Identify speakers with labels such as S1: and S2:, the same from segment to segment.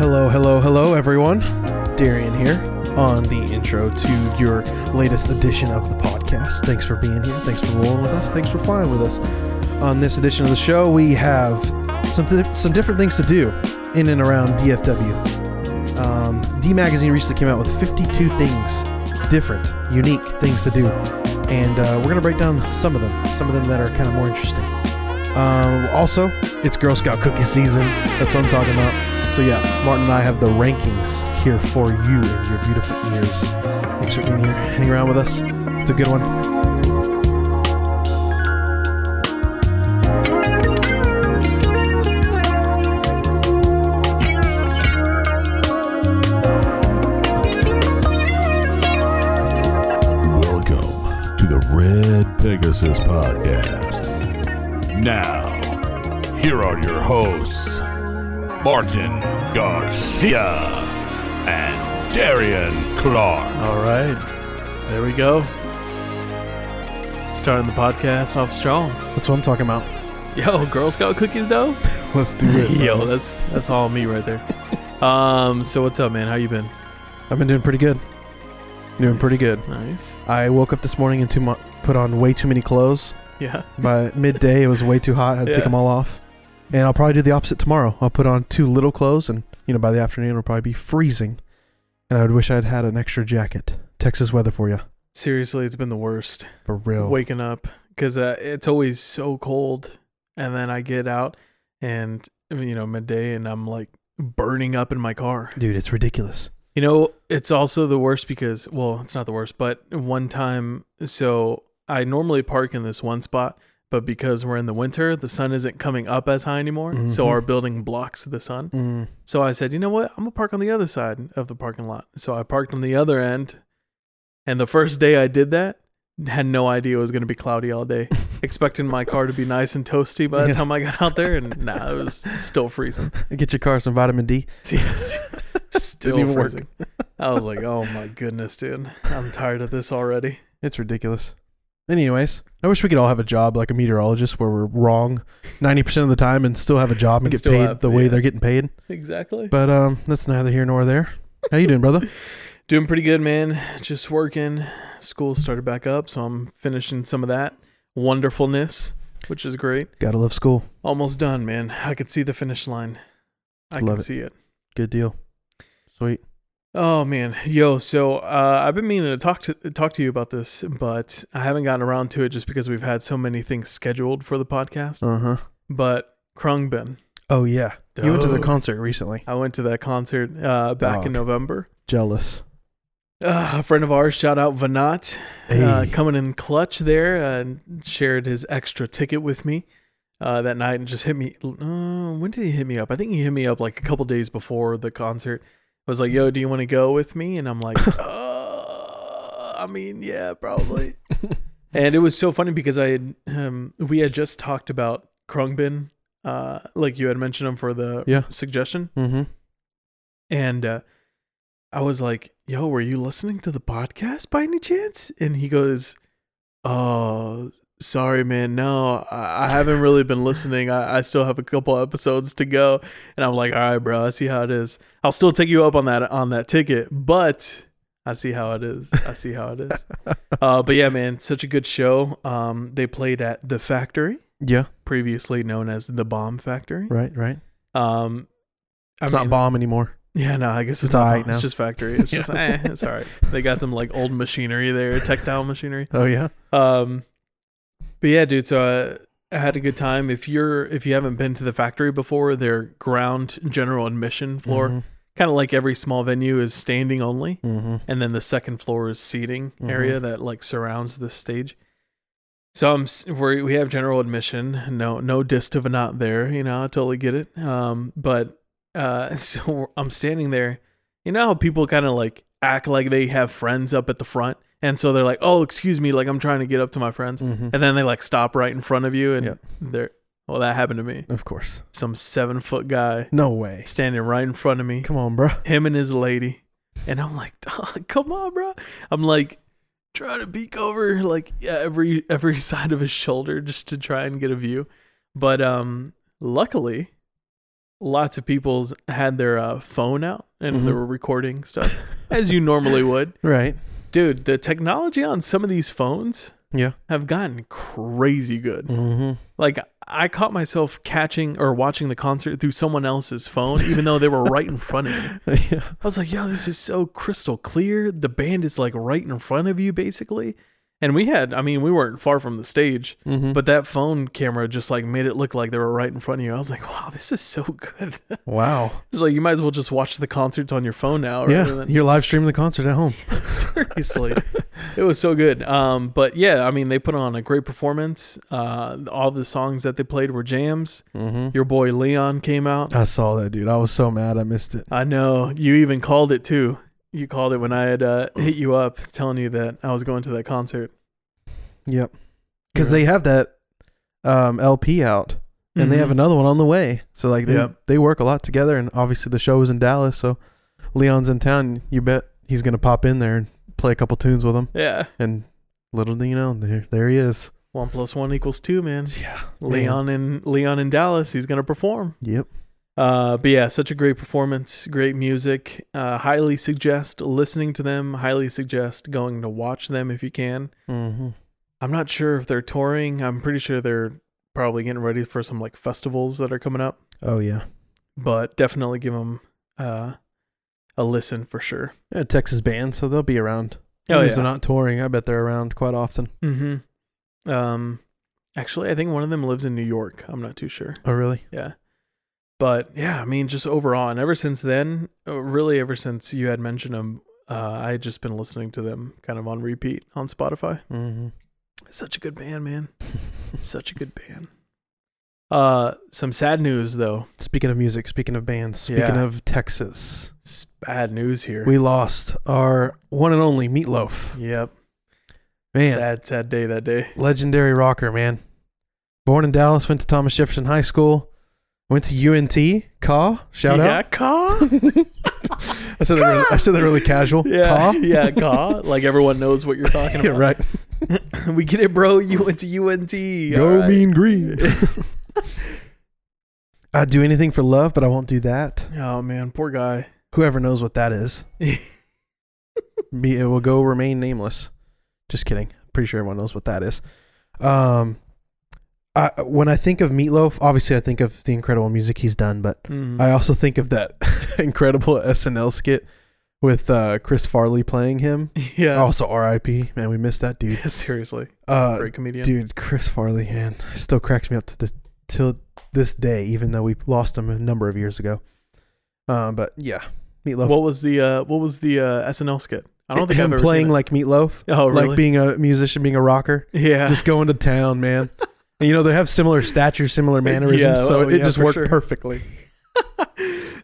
S1: Hello, hello, hello, everyone. Darian here on the intro to your latest edition of the podcast. Thanks for being here. Thanks for rolling with us. Thanks for flying with us. On this edition of the show, we have some, th- some different things to do in and around DFW. Um, D Magazine recently came out with 52 things, different, unique things to do. And uh, we're going to break down some of them, some of them that are kind of more interesting. Um, also, it's Girl Scout cookie season. That's what I'm talking about. So yeah, Martin and I have the rankings here for you and your beautiful ears. Thanks for being here. Hang around with us. It's a good one.
S2: Welcome to the Red Pegasus Podcast. Now, here are your hosts, Martin Garcia and Darian Clark.
S3: All right. There we go. Starting the podcast off strong.
S1: That's what I'm talking about.
S3: Yo, Girl Scout cookies though.
S1: Let's do it. bro.
S3: Yo, that's that's all me right there. Um, so what's up, man? How you been?
S1: I've been doing pretty good. Doing pretty good.
S3: Nice.
S1: I woke up this morning and too mu- put on way too many clothes.
S3: Yeah.
S1: By midday, it was way too hot. I had to take
S3: Yeah.
S1: them all off. And I'll probably do the opposite tomorrow. I'll put on too little clothes, and you know, by the afternoon, it'll probably be freezing. And I would wish I'd had an extra jacket. Texas weather for you,
S3: Seriously, it's been the worst.
S1: for real.
S3: Waking up because uh, it's always so cold, and then I get out and you know midday, and I'm like burning up in my car.
S1: dude, it's ridiculous.
S3: You know, it's also the worst because, well, it's not the worst, but one time, so I normally park in this one spot, but because we're in the winter, the sun isn't coming up as high anymore. So
S1: Mhm.
S3: our building blocks the sun.
S1: Mm.
S3: So I said, you know what? I'm going to park on the other side of the parking lot. So I parked on the other end. And the first day I did that, had no idea it was going to be cloudy all day, expecting my car to be nice and toasty by the
S1: Yeah.
S3: time I got out there. And nah, it was still freezing.
S1: Get your car some vitamin D.
S3: Yes. Still
S1: even work.
S3: freezing. I was like, oh my goodness, dude. I'm tired of this already.
S1: It's ridiculous. Anyways, I wish we could all have a job like a meteorologist where we're wrong 90% of the time and still have a job and
S3: And
S1: get
S3: still
S1: paid
S3: have-
S1: the way
S3: yeah.
S1: they're getting paid.
S3: Exactly.
S1: But um that's neither here nor there. How you doing, brother?
S3: Doing pretty good, man. Just working. School started back up, so I'm finishing some of that wonderfulness, which is great.
S1: Got to love school.
S3: Almost done, man. I could see the finish line. I
S1: Love
S3: can
S1: it.
S3: see it.
S1: Good deal. Sweet.
S3: Oh man, yo! So uh, I've been meaning to talk to talk to you about this, but I haven't gotten around to it just because we've had so many things scheduled for the podcast.
S1: Uh-huh.
S3: But Krungbin,
S1: Oh yeah. You went to the
S3: Dope.
S1: concert recently.
S3: I went to that concert uh, back in
S1: Dog.
S3: November.
S1: Jealous.
S3: Uh, a friend of ours, shout out Vanat, uh,
S1: Hey.
S3: coming in clutch there, uh, and shared his extra ticket with me uh, that night and just hit me. Uh, when did he hit me up? I think he hit me up like a couple days before the concert. I was like, yo, do you want to go with me? And I'm like, uh, I mean, yeah, probably. and it was so funny because I had, um, we had just talked about Krungbin, uh, like you had mentioned him for the
S1: Yeah.
S3: suggestion.
S1: mm-hmm.
S3: And uh, I was like, yo, were you listening to the podcast by any chance? And he goes, oh, sorry, man. No, I, I haven't really been listening. I, I still have a couple episodes to go. And I'm like, all right, bro, I see how it is. I'll still take you up on that on that ticket, but I see how it is. I see how it is. uh, but yeah, man, such a good show. Um, they played at the Factory,
S1: Yeah,
S3: previously known as the Bomb Factory.
S1: right, right.
S3: Um, I
S1: It's
S3: mean-
S1: not bomb anymore.
S3: yeah, no, I guess it's,
S1: It's
S3: not
S1: all right
S3: bomb.
S1: now.
S3: It's just factory. It's just eh, it's all right. They got some like old machinery there, textile machinery.
S1: Oh yeah.
S3: Um, but yeah, dude. So uh, I had a good time. If you're if you haven't been to the factory before, their ground general admission floor, kind of like every small venue, is standing only
S1: Mm-hmm.
S3: and then the second floor is seating
S1: Mhm.
S3: area that like surrounds the stage. So I'm s- we we have general admission, no no diss to Vanat there, you know, I totally get it. Um, but uh, so I'm standing there, you know how people kind of like act like they have friends up at the front, and so they're like, oh, excuse me, like I'm trying to get up to my friends,
S1: Mm-hmm.
S3: and then they like stop right in front of you, and
S1: Yeah.
S3: they're well, that happened to me.
S1: Of course.
S3: Some seven foot guy
S1: No way.
S3: standing right in front of me
S1: Come on, bro.
S3: him and his lady. And I'm like, "Dog, come on, bro. I'm like trying to peek over like yeah, every every side of his shoulder just to try and get a view. But um luckily lots of people's had their uh, phone out and
S1: Mhm.
S3: they were recording stuff as you normally would.
S1: Right.
S3: Dude, the technology on some of these phones
S1: Yeah.
S3: have gotten crazy good.
S1: Mm-hmm.
S3: Like I caught myself catching or watching the concert through someone else's phone, even though they were right in front of me.
S1: yeah.
S3: I was like, yo, this is so crystal clear. The band is like right in front of you, basically. And we had, I mean, we weren't far from the stage,
S1: Mm-hmm.
S3: but that phone camera just like made it look like they were right in front of you. I was like, wow, this is so good.
S1: wow.
S3: it's like you might as well just watch the concerts on your phone now. rather
S1: Yeah.
S3: than-
S1: You're live streaming the concert at home.
S3: seriously, it was so good. Um, but yeah, I mean, they put on a great performance. Uh, all the songs that they played were jams.
S1: Mm-hmm.
S3: Your boy Leon came out.
S1: I saw that, dude. I was so mad I missed it.
S3: I know you even called it too. You called it when I had uh,
S1: Oh.
S3: hit you up, telling you that I was going to that concert.
S1: Yep. Because they have that um, LP out, and they have
S3: Mhm.
S1: another one on the way. So like they
S3: Yep.
S1: they work a lot together, and obviously the show is in Dallas, so Leon's in town. You bet he's gonna pop in there and play a couple tunes with him.
S3: yeah,
S1: And little do you know, there there he is.
S3: one plus one equals two, man.
S1: Yeah.
S3: Leon in Leon in Dallas, he's gonna perform.
S1: Yep.
S3: Uh, but yeah, such a great performance, great music. Uh, highly suggest listening to them. Highly suggest going to watch them if you can.
S1: Mm-hmm.
S3: I'm not sure if they're touring. I'm pretty sure they're probably getting ready for some like festivals that are coming up.
S1: Oh yeah.
S3: But definitely give them uh, a listen for sure.
S1: Yeah, Texas band, so they'll be around.
S3: Oh
S1: Even
S3: yeah.
S1: if they're not touring, I bet they're around quite often.
S3: Mm-hmm. Um, actually, I think one of them lives in New York. I'm not too sure.
S1: Oh really?
S3: Yeah. But yeah, I mean, just overall, and ever since then, uh, really, ever since you had mentioned them, uh, I had just been listening to them kind of on repeat on Spotify.
S1: Mm-hmm.
S3: Such a good band, man. Such a good band. Uh, some sad news though.
S1: Speaking of music, speaking of bands, speaking
S3: Yeah.
S1: of Texas,
S3: It's bad news here.
S1: we lost our one and only Meatloaf.
S3: yep.
S1: Man,
S3: Sad, sad day that day.
S1: legendary rocker, man. Born in Dallas, went to Thomas Jefferson High School, went to UNT. Caw, shout
S3: yeah,
S1: out.
S3: Caw.
S1: I said that really, I said that really casual.
S3: Yeah,
S1: Caw?
S3: yeah, Caw. Like everyone knows what you're talking
S1: Yeah,
S3: about.
S1: right.
S3: we get it, bro. You went to UNT.
S1: Go
S3: all right.
S1: Mean Green. I'd do anything for love, but I won't do that.
S3: Oh man, poor guy.
S1: Whoever knows what that is, me it will go remain nameless. Just kidding. Pretty sure everyone knows what that is. Um, I, when I think of Meatloaf, obviously I think of the incredible music he's done, but
S3: Mhm.
S1: I also think of that incredible SNL skit with uh, Chris Farley playing him.
S3: yeah.
S1: Also, RIP. Man, we missed that dude.
S3: Yeah, seriously.
S1: Uh,
S3: Great comedian.
S1: dude, Chris Farley, man, still cracks me up to the till this day, even though we lost him a number of years ago. Um, but yeah, Meatloaf.
S3: what was the uh what was the uh SNL skit? I don't think
S1: him
S3: I'm
S1: playing like Meatloaf,
S3: Oh really?
S1: like being a musician, being a rocker,
S3: yeah.
S1: just going to town, man. and you know they have similar stature, similar mannerisms,
S3: Yeah,
S1: so
S3: oh,
S1: it
S3: yeah,
S1: just
S3: for
S1: worked
S3: sure.
S1: perfectly.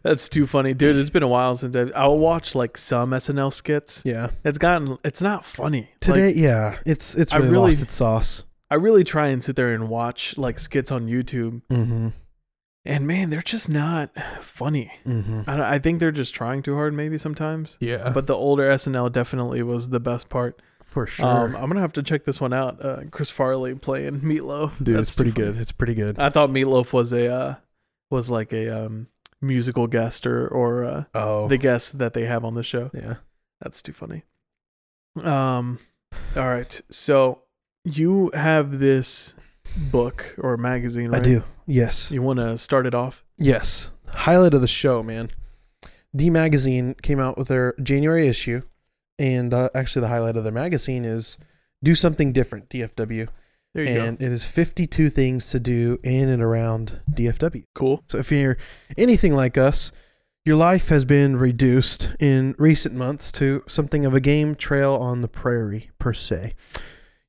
S3: That's too funny, dude. It's been a while since I I watch like some SNL skits.
S1: Yeah.
S3: It's gotten it's not funny. Like,
S1: Today, yeah, it's it's
S3: I
S1: really,
S3: really-
S1: lost its sauce.
S3: I really try and sit there and watch like skits on YouTube,
S1: Mm-hmm.
S3: and man, they're just not funny.
S1: Mm-hmm.
S3: I, don't- I think they're just trying too hard, maybe sometimes.
S1: Yeah,
S3: Uh, But the older SNL definitely was the best part.
S1: for
S3: Um, I'm gonna have to check this one out. Uh, Chris Farley playing Meatloaf.
S1: dude,
S3: That's
S1: it's
S3: too
S1: pretty
S3: funny. Uh,
S1: good. It's pretty good.
S3: I thought Meatloaf was a uh, was like a um, musical guest or or uh,
S1: Oh,
S3: the guest that they have on the show.
S1: yeah.
S3: That's too funny. Um, all right. So you have this book or magazine, right?
S1: I do. Yes.
S3: You want to start it off?
S1: Yes. Highlight of the show, man. D Magazine came out with their January issue, and uh, actually, the highlight of their magazine is "Do Something Different." DFW,
S3: There you
S1: and
S3: go.
S1: it is 52 things to do in and around DFW.
S3: Cool.
S1: So if you're anything like us, your life has been reduced in recent months to something of a game trail on the prairie, per se.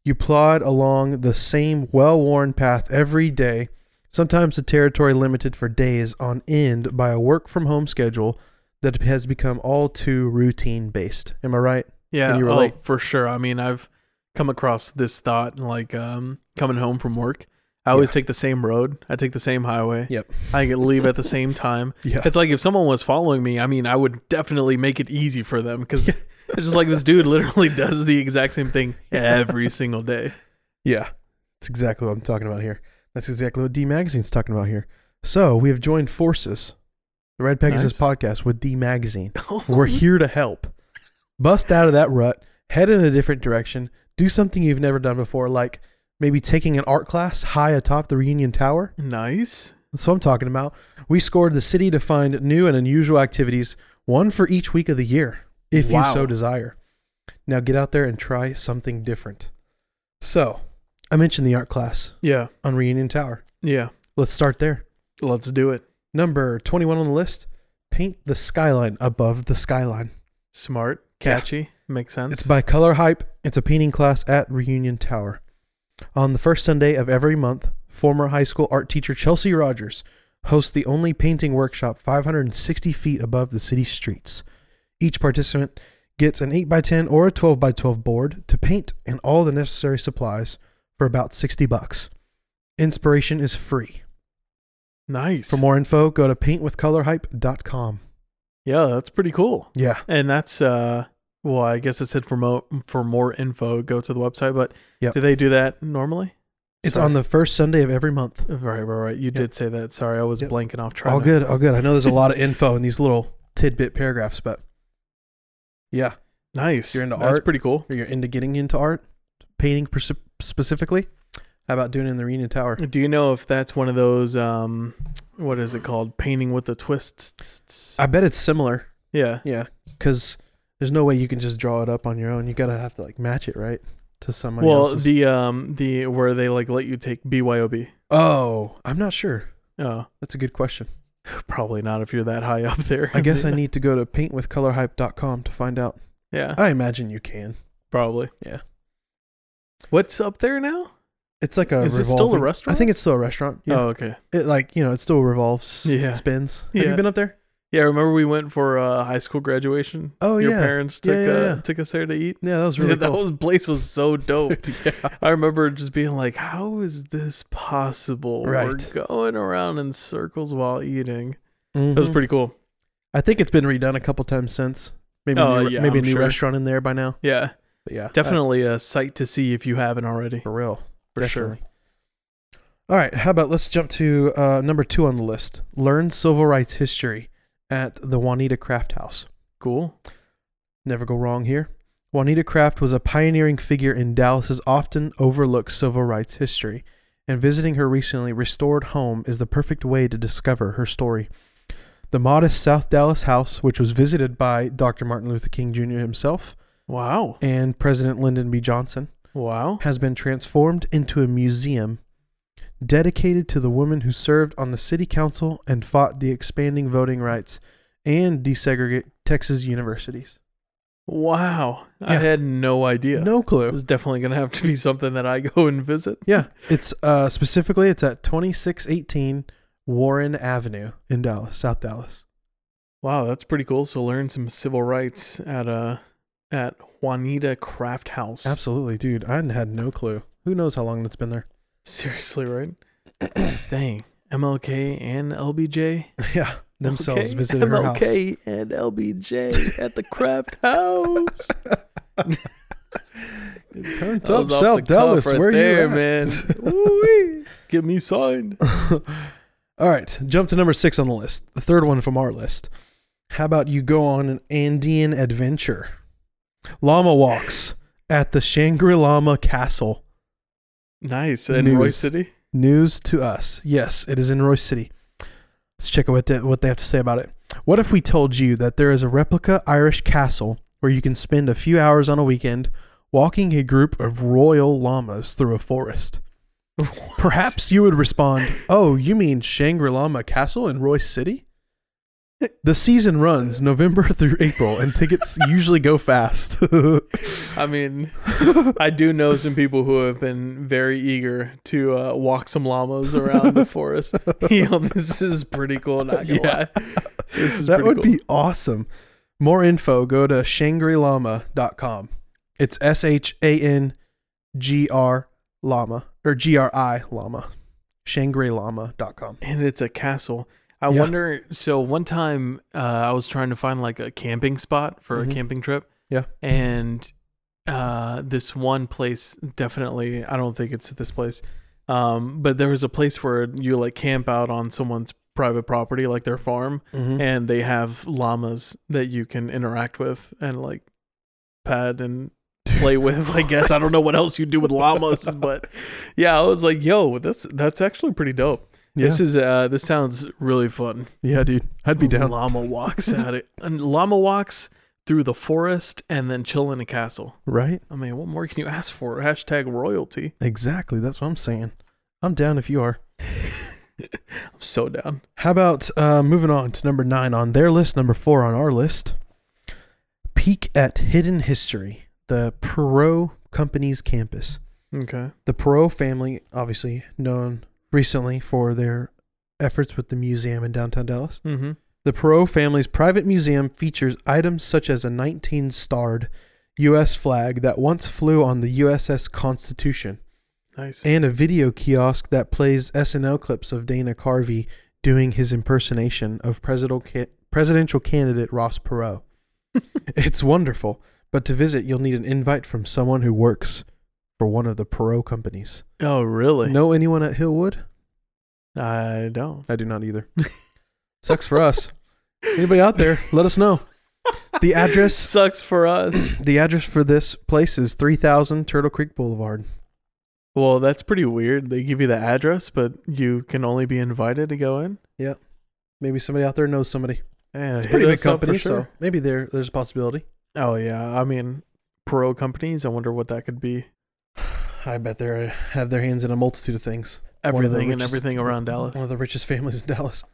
S1: You plod along the same well worn path every day, sometimes the territory limited for days on end by a work from home schedule that has become all too routine based. Am I right?
S3: Yeah.
S1: Can you
S3: oh,
S1: relate?
S3: for sure. I mean, I've come across this thought like um, coming home from work. I always
S1: Yeah.
S3: take the same road. I take the same highway.
S1: Yep.
S3: I leave at the same time.
S1: Yeah.
S3: It's like if someone was following me, I mean, I would definitely make it easy for them because it's just like this dude literally does the exact same thing every single day.
S1: Yeah, that's exactly what I'm talking about here. That's exactly what D Magazine's talking about here. So we have joined forces The Red Pegasus
S3: Nice.
S1: podcast with D Magazine. We're here to help. Bust out of that rut, head in a different direction, do something you've never done before, like maybe taking an art class high atop the Reunion Tower.
S3: nice.
S1: That's what I'm talking about. We scored the city to find new and unusual activities, one for each week of the year, if
S3: Wow.
S1: you so desire. Now get out there and try something different. So, I mentioned the art class
S3: Yeah.
S1: on Reunion Tower.
S3: Yeah.
S1: Let's start there.
S3: Let's do it.
S1: Number 21 on the list paint the skyline above the skyline.
S3: Smart,
S1: Yeah.
S3: catchy, makes sense.
S1: It's by Color Hype. It's a painting class at Reunion Tower. On the first Sunday of every month, former high school art teacher Chelsea Rogers hosts the only painting workshop 560 feet above the city streets. Each participant gets an 8x10 or a 12x12 board to paint and all the necessary supplies for about 60 bucks. Inspiration is free.
S3: nice.
S1: For more info, go to paintwithcolorhype.com.
S3: yeah, that's pretty cool.
S1: Yeah.
S3: And that's uh well, I guess it said for mo- for more info, go to the website. But
S1: Yep.
S3: do they do that normally?
S1: It's
S3: Sorry.
S1: on the first Sunday of every month.
S3: Right, right, right. You did say that. Sorry, I was
S1: Yep.
S3: blanking off. Trying
S1: All
S3: to-
S1: good, all good. I know there's a lot of info in these little tidbit paragraphs, but yeah,
S3: Nice.
S1: You're into
S3: That's
S1: art?
S3: pretty cool.
S1: Or you're into getting into art, painting pers- specifically. How about doing it in the Reunion Tower?
S3: Do you know if that's one of those um what is it called? Painting with a twist.
S1: I bet it's similar.
S3: yeah.
S1: Yeah, because there's no way you can just draw it up on your own. You gotta have to like match it right to somebody
S3: Well,
S1: else's.
S3: the um the where they like let you take BYOB.
S1: oh, I'm not sure.
S3: Oh,
S1: That's a good question.
S3: probably not if you're that high up there.
S1: I guess I need to go to paintwithcolorhype.com to find out.
S3: Yeah,
S1: I imagine you can.
S3: probably.
S1: Yeah.
S3: What's up there now?
S1: It's like a
S3: Is it still a
S1: revolving-
S3: restaurant?
S1: I think it's still a restaurant. Yeah.
S3: Oh, okay.
S1: It like, you know, it still revolves,
S3: Yeah.
S1: spins. Have
S3: Yeah.
S1: you been up there?
S3: Yeah, remember we went for uh, high school graduation.
S1: Oh,
S3: your
S1: yeah.
S3: parents
S1: Yeah,
S3: took
S1: yeah,
S3: Uh,
S1: yeah.
S3: took us there to eat.
S1: Yeah, that was really
S3: Dude, that
S1: cool.
S3: was place was so dope.
S1: yeah.
S3: I remember just being like, "How is this possible?
S1: Right.
S3: We're going around in circles while eating." That was
S1: Mhm.
S3: pretty cool.
S1: I think it's been redone a couple times since. Maybe
S3: Oh,
S1: a new,
S3: yeah,
S1: maybe a
S3: I'm
S1: new
S3: sure.
S1: restaurant in there by now.
S3: Yeah,
S1: But yeah,
S3: definitely a sight to see if you haven't already.
S1: I- for real,
S3: For sure.
S1: definitely. All right, how about let's jump to uh, number two on the list: learn civil rights history at the Juanita Craft House.
S3: Cool.
S1: Never go wrong here. Juanita Craft was a pioneering figure in Dallas's often overlooked civil rights history, and visiting her recently restored home is the perfect way to discover her story. The modest South Dallas house, which was visited by Dr. Martin Luther King Jr. himself
S3: Wow.
S1: and President Lyndon B. Johnson,
S3: Wow.
S1: has been transformed into a museum dedicated to the women who served on the city council and fought the expanding voting rights and desegregate Texas universities.
S3: Wow. I
S1: Yeah.
S3: had no idea.
S1: No clue.
S3: It's definitely going to have to be something that I go and visit.
S1: Yeah, it's uh specifically it's at 2618 Warren Avenue in Dallas, South Dallas.
S3: Wow, that's pretty cool. So learn some civil rights at uh at Juanita Craft House.
S1: Absolutely, dude. I had no clue. Who knows how long that's been there?
S3: Seriously, right? Dang. MLK and LBJ
S1: yeah, themselves
S3: Okay.
S1: visited her house.
S3: MLK and LBJ at the Craft House.
S1: Turn
S3: That
S1: up
S3: was off
S1: South
S3: the cuff
S1: Dallas,
S3: right
S1: where
S3: there,
S1: you at?
S3: man. Woo-wee. Get me signed.
S1: All right, jump to number six on the list, the third one from our list. How about you go on an Andean adventure? Llama walks at the Shangri Lama Castle.
S3: Nice. In Roy
S1: News.
S3: City.
S1: News to us. Yes, it is in Royce City. Let's check out what they, what they have to say about it. What if we told you that there is a replica Irish castle where you can spend a few hours on a weekend walking a group of royal llamas through a forest? Perhaps you would respond, Oh, you mean Shangri Lama Castle in Royce City? The season runs November through April, and tickets usually go fast.
S3: I mean, I do know some people who have been very eager to uh, walk some llamas around the forest. you know, this is pretty cool. Not gonna
S1: Yeah.
S3: lie, this is
S1: that
S3: pretty
S1: would
S3: cool.
S1: be awesome. More info, go to shangri-lama.com. It's S H A N G R Llama or G R I Llama. Shangri-lama.com.
S3: and it's a castle. I
S1: Yeah.
S3: wonder. So one time, uh, I was trying to find like a camping spot for
S1: Mhm.
S3: a camping trip.
S1: Yeah.
S3: and uh, this one place definitely. I don't think it's this place, um, but there was a place where you like camp out on someone's private property, like their farm,
S1: Mhm.
S3: and they have llamas that you can interact with and like pet and play with. I guess I don't know what else you do with llamas, but yeah, I was like, yo, this that's actually pretty dope. This
S1: yeah.
S3: is uh this sounds really fun.
S1: yeah, dude. I'd be down.
S3: Llama walks at it. And llama walks through the forest and then chill in a castle.
S1: Right?
S3: I mean, what more can you ask for? Hashtag royalty.
S1: Exactly. That's what I'm saying. I'm down if you are.
S3: I'm so down.
S1: How about uh, moving on to number nine on their list, number four on our list? Peek at Hidden History, the Perot Company's campus.
S3: Okay.
S1: The Perot family, obviously known recently for their efforts with the museum in downtown Dallas.
S3: Mm-hmm.
S1: The Perot family's private museum features items such as a 19 starred U.S. flag that once flew on the USS Constitution
S3: Nice.
S1: and a video kiosk that plays SNL clips of Dana Carvey doing his impersonation of presidential ca- presidential candidate Ross Perot. it's wonderful, but to visit you'll need an invite from someone who works for one of the Perot companies.
S3: oh, really?
S1: Know anyone at Hillwood?
S3: I don't.
S1: I do not either. Sucks for us. Anybody out there, let us know. The address
S3: Sucks for us.
S1: the address for this place is 3000 Turtle Creek Boulevard.
S3: well, that's pretty weird. They give you the address, but you can only be invited to go in.
S1: Maybe somebody out there knows somebody.
S3: Yeah,
S1: It's a
S3: hit
S1: pretty big
S3: us up for
S1: company, so
S3: sure.
S1: maybe there there's a possibility.
S3: Oh yeah. I mean, pro companies. I wonder what that could be.
S1: I bet they are have their hands in a multitude of things. One of the
S3: Everything and
S1: richest-
S3: everything around Dallas.
S1: One of the richest families in Dallas.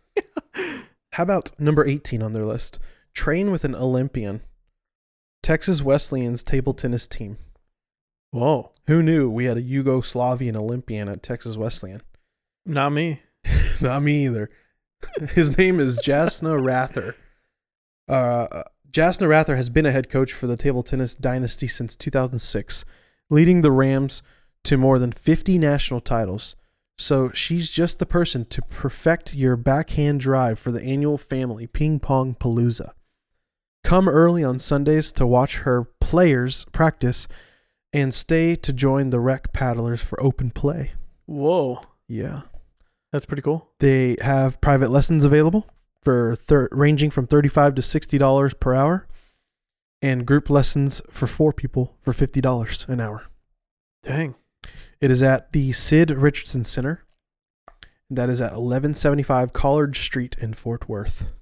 S1: How about number 18 on their list? Train with an Olympian. Texas Wesleyan's table tennis team.
S3: Whoa.
S1: Who knew we had a Yugoslavian Olympian at Texas Wesleyan?
S3: Not me.
S1: Not me either. His name is Jasna Rather. Uh, Jasna Rather has been a head coach for the table tennis dynasty since 2006, leading the Rams to more than 50 national titles. So she's just the person to perfect your backhand drive for the annual family ping pong palooza. Come early on Sundays to watch her players practice and stay to join the rec paddlers for open play.
S3: Whoa.
S1: Yeah.
S3: That's pretty cool.
S1: They have private lessons available for thir- ranging from thirty-five to sixty dollars per hour, and group lessons for four people for fifty dollars an hour.
S3: Dang.
S1: It is at the Sid Richardson Center. That is at eleven seventy-five College Street in Fort Worth.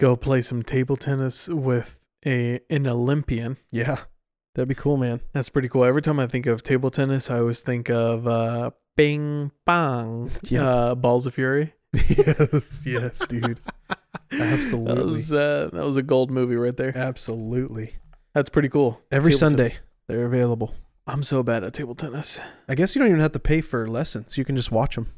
S3: Go play some table tennis with a an Olympian.
S1: Yeah, that'd be cool, man.
S3: That's pretty cool. Every time I think of table tennis, I always think of uh Bing Bang.
S1: Yep.
S3: Uh Balls of Fury.
S1: yes, yes, dude.
S3: That
S1: Absolutely,
S3: was uh, that was a gold movie right there.
S1: absolutely.
S3: That's pretty cool.
S1: Every
S3: Table
S1: Sunday
S3: tennis.
S1: they're available.
S3: I'm so bad at table tennis.
S1: I guess you don't even have to pay for lessons. You can just watch them,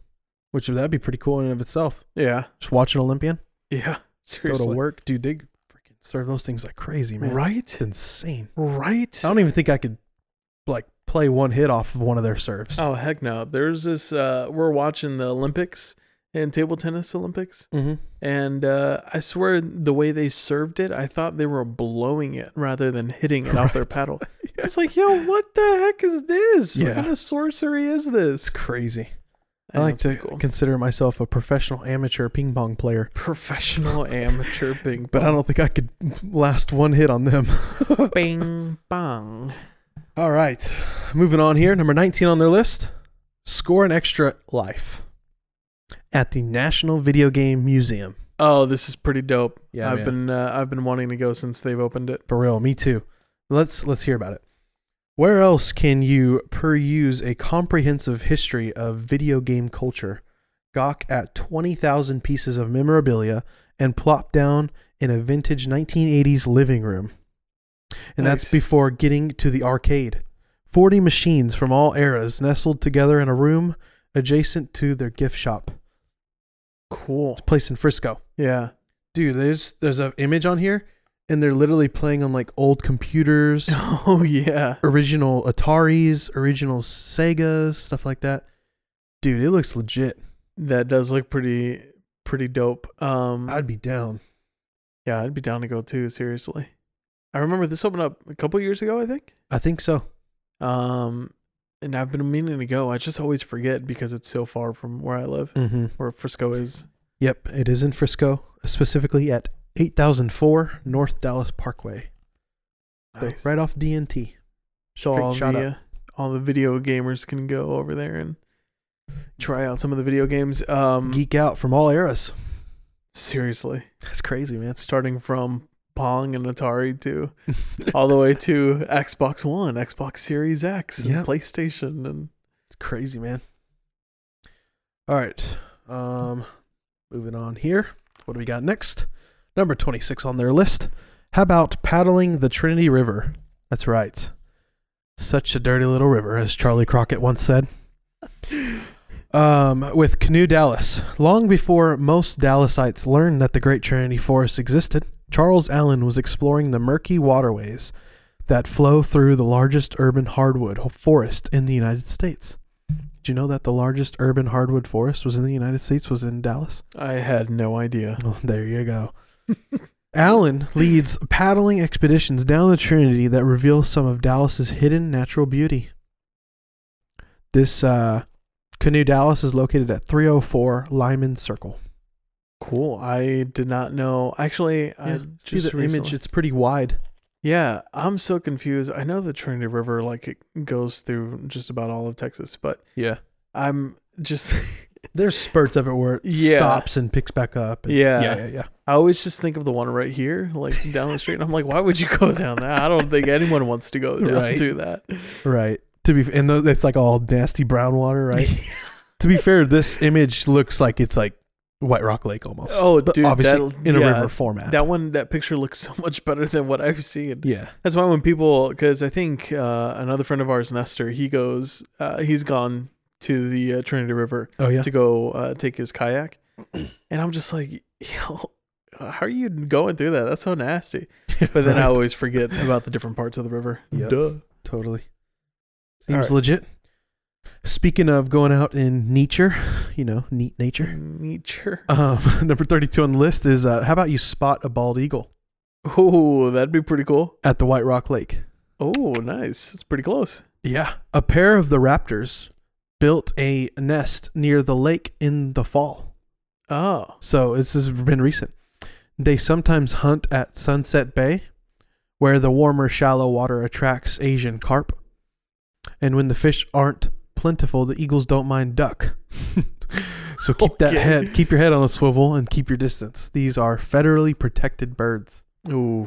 S1: which that'd be pretty cool in and of itself.
S3: Yeah.
S1: Just watch an Olympian.
S3: Yeah.
S1: go to
S3: Seriously.
S1: work, dude. They freaking serve those things like crazy, man. Oh.
S3: Right?
S1: It's insane.
S3: Right?
S1: I don't even think I could like play one hit off of one of their serves.
S3: Oh heck no. There's this uh we're watching the Olympics and table tennis Olympics.
S1: Mm-hmm.
S3: And uh, I swear, the way they served it, I thought they were blowing it rather than hitting it off their
S1: Right.
S3: paddle. It's like, yo, what the heck is this? What
S1: Yeah.
S3: kind of sorcery is
S1: It's
S3: this?
S1: crazy. I
S3: Yeah,
S1: like
S3: it's
S1: to
S3: pretty cool.
S1: consider myself a professional amateur ping pong player,
S3: professional amateur bing
S1: but I
S3: bong.
S1: don't think I could last one hit on them.
S3: bing bong.
S1: All right, moving on here. Number 19 on their list score an extra life at the National Video Game Museum.
S3: Oh, this is pretty dope.
S1: Yeah,
S3: I've
S1: man.
S3: been uh, I've been wanting to go since they've opened it.
S1: For real, me too. Let's let's hear about it. Where else can you peruse a comprehensive history of video game culture? Gawk at 20,000 pieces of memorabilia and plop down in a vintage 1980s living room. And that's
S3: Nice.
S1: before getting to the arcade. 40 machines from all eras nestled together in a room adjacent to their gift shop.
S3: Cool.
S1: It's a place in Frisco
S3: Yeah.
S1: dude there's there's an image on here and they're literally playing on like old computers
S3: Oh yeah.
S1: original ataris original segas stuff like that dude it looks legit
S3: That does look pretty pretty dope. Um,
S1: i'd be down
S3: yeah, I'd be down to go too. Seriously. I remember this opened up a couple years ago. I think.
S1: i think so
S3: Um, and I've been meaning to go. I just always forget because it's so far from where I live,
S1: mm-hmm.
S3: where Frisco is.
S1: Yep, it is in Frisco, specifically at 8004 North Dallas Parkway. So
S3: Nice.
S1: right off DNT.
S3: So
S1: Straight
S3: all
S1: shot
S3: the uh, all the video gamers can go over there and try out some of the video games. Um,
S1: Geek out from all eras.
S3: seriously,
S1: That's crazy, man.
S3: starting from Pong and Atari to all the way to Xbox One, Xbox Series X, and
S1: Yeah.
S3: PlayStation, and
S1: It's crazy, man. All right. Um moving on here. What do we got next? Number 26 on their list. How about paddling the Trinity River? That's right. Such a dirty little river, as Charlie Crockett once said. Um, with Canoe Dallas. Long before most Dallasites learned that the Great Trinity Forest existed, Charles Allen was exploring the murky waterways that flow through the largest urban hardwood ho- forest in the United States. Did you know that the largest urban hardwood forest was in the United States was in Dallas?
S3: I had no idea.
S1: Well, Oh, there you go. Allen leads paddling expeditions down the Trinity that reveal some of Dallas's hidden natural beauty. This uh, canoe Dallas is located at 304 Lyman Circle.
S3: Cool. I did not know. Actually, I
S1: see the
S3: just
S1: image;
S3: recently-
S1: it's pretty wide.
S3: Yeah, I'm so confused. I know the Trinity River like it goes through just about all of Texas, but
S1: Yeah,
S3: I'm just
S1: there's spurts of it where it
S3: Yeah.
S1: stops and picks back up. and-
S3: Yeah.
S1: yeah, yeah, yeah.
S3: I always just think of the one right here, like down the street. And I'm like, why would you go down that? I don't think anyone wants to go down
S1: Right.
S3: do that.
S1: Right. To be and tho- it's like all nasty brown water, right? to be fair, this image looks like it's like White Rock Lake almost.
S3: Oh,
S1: but
S3: dude,
S1: obviously
S3: that'll-
S1: in a
S3: yeah,
S1: river format.
S3: That one, that picture looks so much better than what I've seen.
S1: yeah.
S3: That's why when people, because I think uh, another friend of ours, Nestor, he goes, uh, he's gone to the uh, Trinity River
S1: Oh yeah.
S3: to go uh, take his kayak, and I'm just like, yo, how are you going through that? That's so nasty. But then I
S1: Right.
S3: always forget about the different parts of the river.
S1: Yep.
S3: Duh.
S1: Totally.
S3: All
S1: Seems
S3: right.
S1: legit. Speaking of going out in nature, you know, neat nature.
S3: Nature.
S1: Um, number 32 on the list is uh, how about you spot a bald eagle
S3: Oh, that'd be pretty cool.
S1: at the White Rock Lake?
S3: Oh, nice. It's pretty close.
S1: Yeah. A pair of the raptors built a nest near the lake in the fall.
S3: Oh,
S1: So this has been recent. They sometimes hunt at Sunset Bay, where the warmer, shallow water attracts Asian carp. And when the fish aren't plentiful, the eagles don't mind duck. so keep that
S3: Okay.
S1: head, keep your head on a swivel, and keep your distance. These are federally protected birds.
S3: ooh,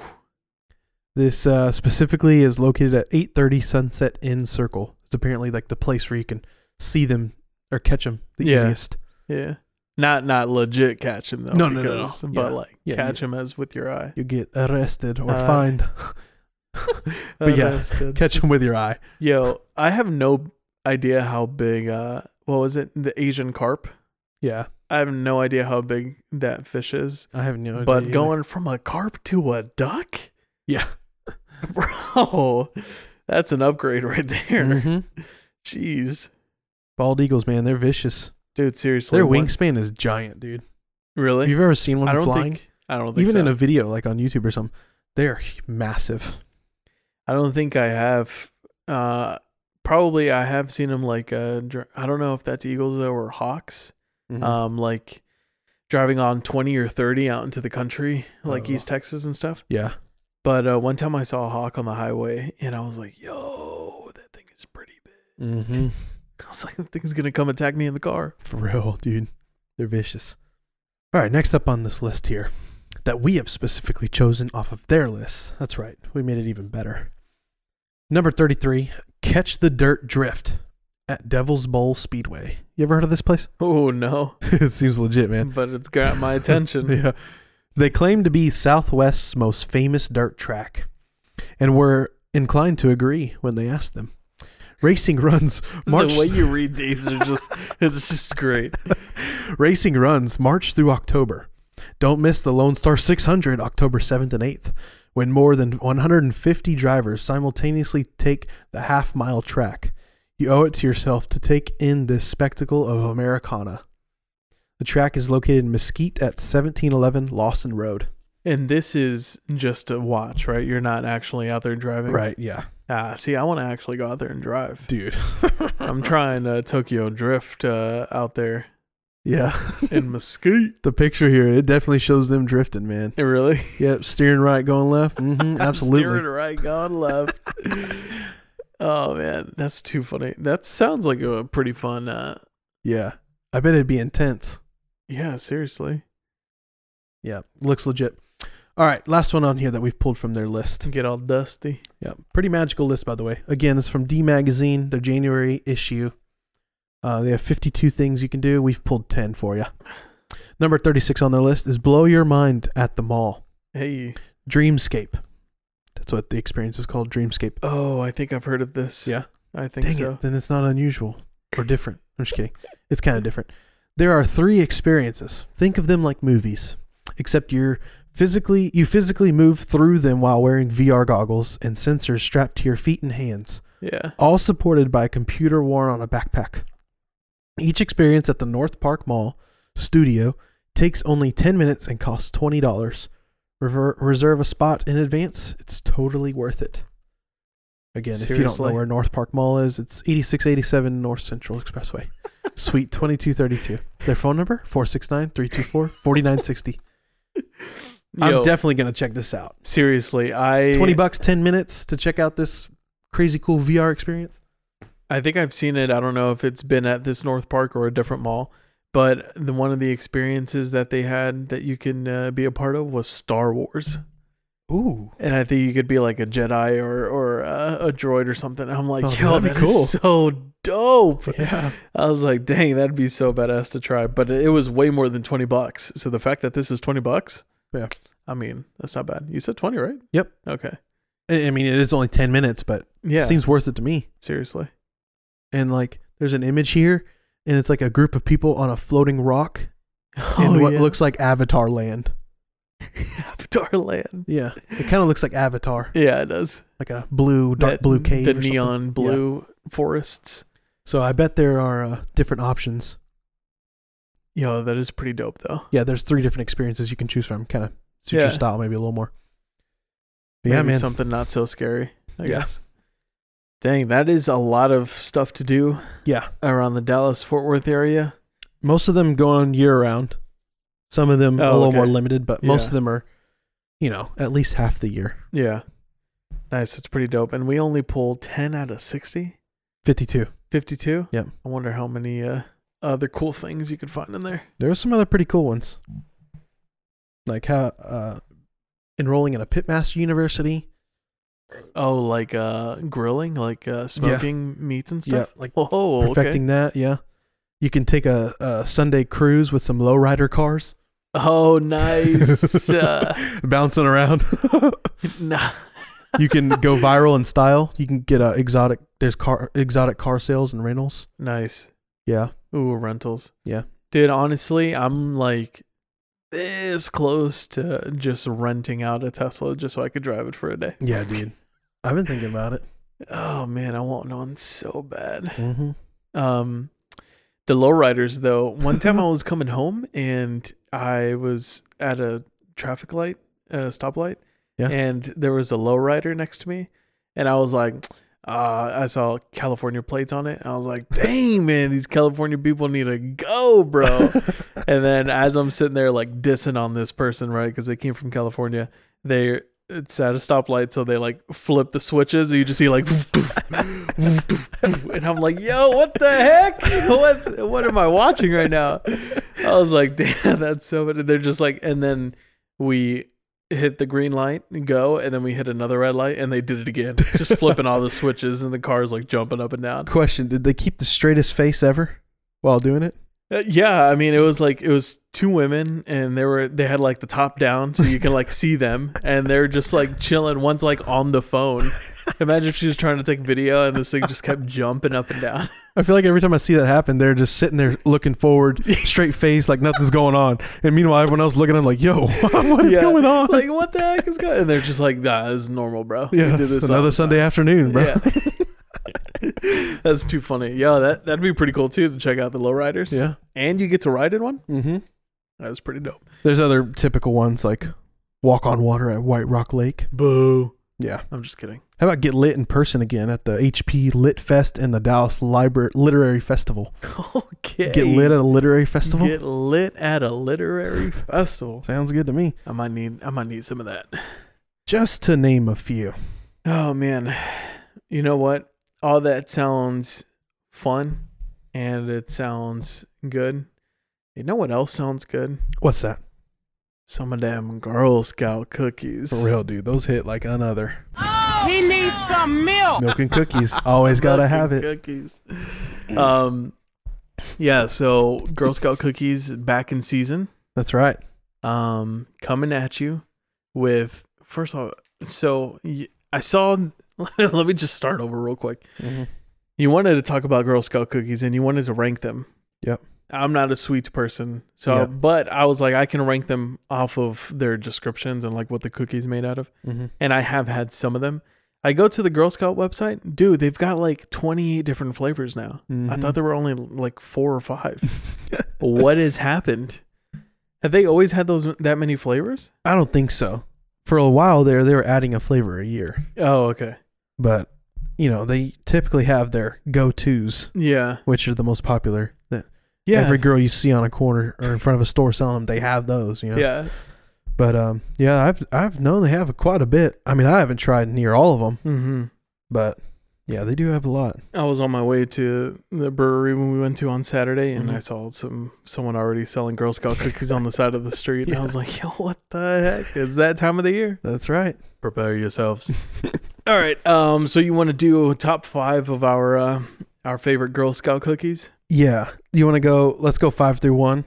S1: This uh, specifically is located at 8:30 Sunset Inn Circle. It's apparently like the place where you can see them or catch them the
S3: Yeah.
S1: easiest.
S3: yeah. Not not legit catch him though.
S1: No, no, no, no.
S3: But
S1: Yeah.
S3: like
S1: Yeah,
S3: catch him as with your eye.
S1: You get arrested or
S3: Uh,
S1: fined. But yeah.
S3: Arrested.
S1: Catch them with your eye.
S3: yo, I have no idea how big. Uh, what was it? The Asian carp.
S1: Yeah,
S3: I have no idea how big that fish is.
S1: I have no idea.
S3: but
S1: either.
S3: going from a carp to a duck,
S1: yeah,
S3: bro, that's an upgrade right there.
S1: Mm. Mm-hmm.
S3: Jeez,
S1: bald eagles, man, they're vicious.
S3: dude, seriously,
S1: Their
S3: what-
S1: wingspan is giant, dude.
S3: Really?
S1: Have you ever seen one
S3: I don't
S1: flying?
S3: think. I don't think
S1: Even
S3: so.
S1: in a video, like on YouTube or something, they're massive.
S3: I don't think I have. Uh, probably I have seen them like uh, dr- I don't know if that's eagles though or hawks.
S1: Mm-hmm. Uh,
S3: Um, like driving on twenty or thirty out into the country, like
S1: Oh.
S3: East Texas and stuff.
S1: yeah,
S3: But uh, one time I saw a hawk on the highway, and I was like, "Yo, that thing is pretty big."
S1: mm-hmm.
S3: I was like, "That thing's gonna come attack me in the car."
S1: for real, dude. They're vicious. All right, next up on this list here, that we have specifically chosen off of their list. That's right, we made it even better. Number thirty-three, catch the dirt drift at Devil's Bowl Speedway. You ever heard of this place?
S3: Oh no!
S1: it seems legit, man.
S3: But it's got my attention.
S1: yeah. They claim to be Southwest's most famous dirt track and were inclined to agree when they asked them. Racing runs March
S3: The way you read these are just—it's just great.
S1: Racing runs March through October. Don't miss the Lone Star 600 October 7th and 8th when more than 150 drivers simultaneously take the half mile track. You owe it to yourself to take in this spectacle of Americana. The track is located in Mesquite at 1711 Lawson Road.
S3: And this is just a watch, right? You're not actually out there driving.
S1: Right, yeah.
S3: Ah, see, I want to actually go out there and drive.
S1: Dude.
S3: I'm trying uh, Tokyo Drift uh, out there.
S1: Yeah.
S3: and mesquite.
S1: the picture here, it definitely shows them drifting, man.
S3: It really?
S1: Yep, steering right, going left. hmm
S3: Steering
S1: absolutely.
S3: right, gone left. oh man, that's too funny. That sounds like a pretty fun. uh
S1: Yeah. I bet it'd be intense.
S3: Yeah, seriously.
S1: Yeah, looks legit. All right, last one on here that we've pulled from their list.
S3: To get all dusty.
S1: Yeah, pretty magical list, by the way. Again, it's from D Magazine, their January issue. Uh, they have 52 things you can do. We've pulled 10 for you. Number 36 on their list is Blow Your Mind at the Mall.
S3: Hey.
S1: Dreamscape. That's what the experience is called, Dreamscape.
S3: Oh, I think I've heard of this.
S1: Yeah.
S3: I think
S1: Dang
S3: so.
S1: it, then it's not unusual or different. I'm just kidding. It's kind of different. There are three experiences. Think of them like movies, except you're physically you physically move through them while wearing VR goggles and sensors strapped to your feet and hands,
S3: Yeah.
S1: all supported by a computer worn on a backpack. Each experience at the North Park Mall studio takes only 10 minutes and costs $20. Rever- reserve a spot in advance. It's totally worth it. Again, if you don't know
S3: Seriously?
S1: where North Park Mall is, it's 8687 North Central Expressway, Suite 2232. Their phone number 469-324-4960.
S3: Yo,
S1: I'm definitely going to check this out.
S3: seriously, I
S1: 20 bucks, 10 minutes to check out this crazy cool VR experience.
S3: I think I've seen it. I don't know if it's been at this North Park or a different mall, but the one of the experiences that they had that you can uh, be a part of was Star Wars,
S1: Ooh.
S3: and I think you could be like a Jedi or or uh, a droid or something. I'm like,
S1: Oh,
S3: yo,
S1: that'd be
S3: that is
S1: cool."
S3: so dope.
S1: Yeah.
S3: I was like, dang, that'd be so badass to try. But it was way more than twenty bucks. So the fact that this is twenty bucks,
S1: Yeah.
S3: I mean, that's not bad. You said twenty, right?
S1: Yep.
S3: Okay.
S1: I I mean, it is only 10 minutes, but
S3: Yeah.
S1: it seems worth it to me.
S3: seriously.
S1: And like, there's an image here, and it's like a group of people on a floating rock in what
S3: Oh, yeah.
S1: looks like Avatar land.
S3: Avatar Land.
S1: Yeah. It kind of looks like Avatar,
S3: Yeah, it does.
S1: like a blue, dark
S3: That-
S1: blue cave.
S3: the
S1: or something.
S3: neon blue forests.
S1: So I bet there are uh, different options.
S3: Yo, that is pretty dope though.
S1: Yeah, there's three different experiences you can choose from. Kind of suits
S3: Yeah.
S1: your style maybe a little more. But yeah,
S3: Maybe
S1: man.
S3: Something not so scary. I
S1: Yeah.
S3: guess. Dang, that is a lot of stuff to do
S1: Yeah.
S3: around the Dallas Fort Worth area.
S1: Most of them go on year round. Some of them
S3: Oh,
S1: a little
S3: okay.
S1: more limited, but most
S3: Yeah.
S1: of them are, you know, at least half the year.
S3: Yeah. Nice. It's pretty dope. And we only pulled 10 out of 60,
S1: 52.
S3: 52.
S1: Yep.
S3: I wonder how many uh, other cool things you could find in there.
S1: There are some other pretty cool ones, like how uh, enrolling in a pitmaster university.
S3: Oh, like uh, grilling, like uh, smoking meats and stuff.
S1: like
S3: Whoa.
S1: perfecting
S3: Oh, Okay.
S1: that. Yeah, you can take a, a Sunday cruise with some lowrider cars,
S3: Oh, nice. uh,
S1: bouncing around.
S3: nah.
S1: you can go viral in style. You can get uh, exotic. There's car exotic car sales and rentals.
S3: Nice.
S1: Yeah,
S3: Ooh, rentals.
S1: Yeah.
S3: Dude, honestly, I'm like this close to just renting out a Tesla just so I could drive it for a day.
S1: yeah, dude. I've been thinking about it.
S3: Oh man, I want one so bad.
S1: Mm-hmm.
S3: Um the lowriders though, one time I was coming home and I was at a traffic light, uh stoplight,
S1: Yeah.
S3: and there was a lowrider next to me and I was like uh, I saw California plates on it. and I was like, dang, man, these California people need to go, bro. and then as I'm sitting there like dissing on this person, right? Because they came from California, they it's at a stoplight, so they like flip the switches, and you just see like, and I'm like, yo, what the heck? What what am I watching right now? I was like, damn, that's so bad. They're just like, and then we hit the green light and go, and then we hit another red light, and they did it again, just flipping all the switches, and the car's like jumping up and down.
S1: Question: Did they keep the straightest face ever while doing it?
S3: Uh, yeah, I mean, it was like it was two women, and they were they had like the top down, so you can like see them, and they're just like chilling. One's like on the phone. Imagine if she was trying to take video, and this thing just kept jumping up and down.
S1: I feel like every time I see that happen, they're just sitting there looking forward, straight face, like nothing's going on. And meanwhile, everyone else looking at them like, "Yo, what is
S3: Yeah.
S1: going on?"
S3: Like, what the heck is going? And they're just like, nah, this is normal, bro. We
S1: yeah,
S3: do this
S1: it's
S3: all
S1: another
S3: the
S1: Sunday afternoon, bro.
S3: time." Yeah. That's too funny. Yeah, that that'd be pretty cool too to check out the lowriders.
S1: Yeah.
S3: and you get to ride in one.
S1: Mm-hmm.
S3: That's pretty dope.
S1: There's other typical ones like walk on water at White Rock Lake.
S3: Boo.
S1: Yeah.
S3: I'm just kidding.
S1: How about get lit in person again at the HP Lit Fest and the Dallas Libra- Literary Festival?
S3: Okay.
S1: Get lit at a literary festival?
S3: Get lit at a literary festival.
S1: Sounds good to me.
S3: I might need I might need some of that.
S1: Just to name a few.
S3: Oh man. You know what? All that sounds fun and it sounds good. You know what else sounds good?
S1: What's that?
S3: Some of them Girl Scout cookies.
S1: For real, dude. Those hit like another.
S4: Oh, He needs some milk.
S1: Milk and cookies. Always got to
S3: Fucking
S1: have it.
S3: Cookies. Um yeah, so Girl Scout cookies back in season.
S1: That's right.
S3: um coming at you with first off so y- i saw let me just start over real quick you wanted to talk about girl scout cookies and you wanted to rank them
S1: Yep.
S3: i'm not a sweets person so
S1: Yep.
S3: but i was like i can rank them off of their descriptions and like what the cookies made out of
S1: Mm-hmm.
S3: and i have had some of them i go to the girl scout website dude they've got like 28 different flavors now i thought there were only like four or five what has happened have they always had those that many flavors
S1: I don't think so. For a while there, they were adding a flavor a year,
S3: Oh, okay.
S1: but you know they typically have their go-tos,
S3: Yeah.
S1: which are the most popular. That
S3: Yeah.
S1: every girl you see on a corner or in front of a store selling them, they have those. You know.
S3: Yeah.
S1: But um, yeah, I've I've known they have quite a bit. I mean, I haven't tried near all of them,
S3: Mm-hmm.
S1: but yeah, they do have a lot.
S3: I was on my way to the brewery when we went to on Saturday, and
S1: Mhm.
S3: I saw some someone already selling Girl Scout cookies on the side of the street, and I was like, "Yo, what the heck? It's that time of the year?
S1: That's right.
S3: Prepare yourselves." All right. Um. So you want to do a top five of our uh, our favorite Girl Scout cookies?
S1: Yeah. You want to go? Let's go five through one,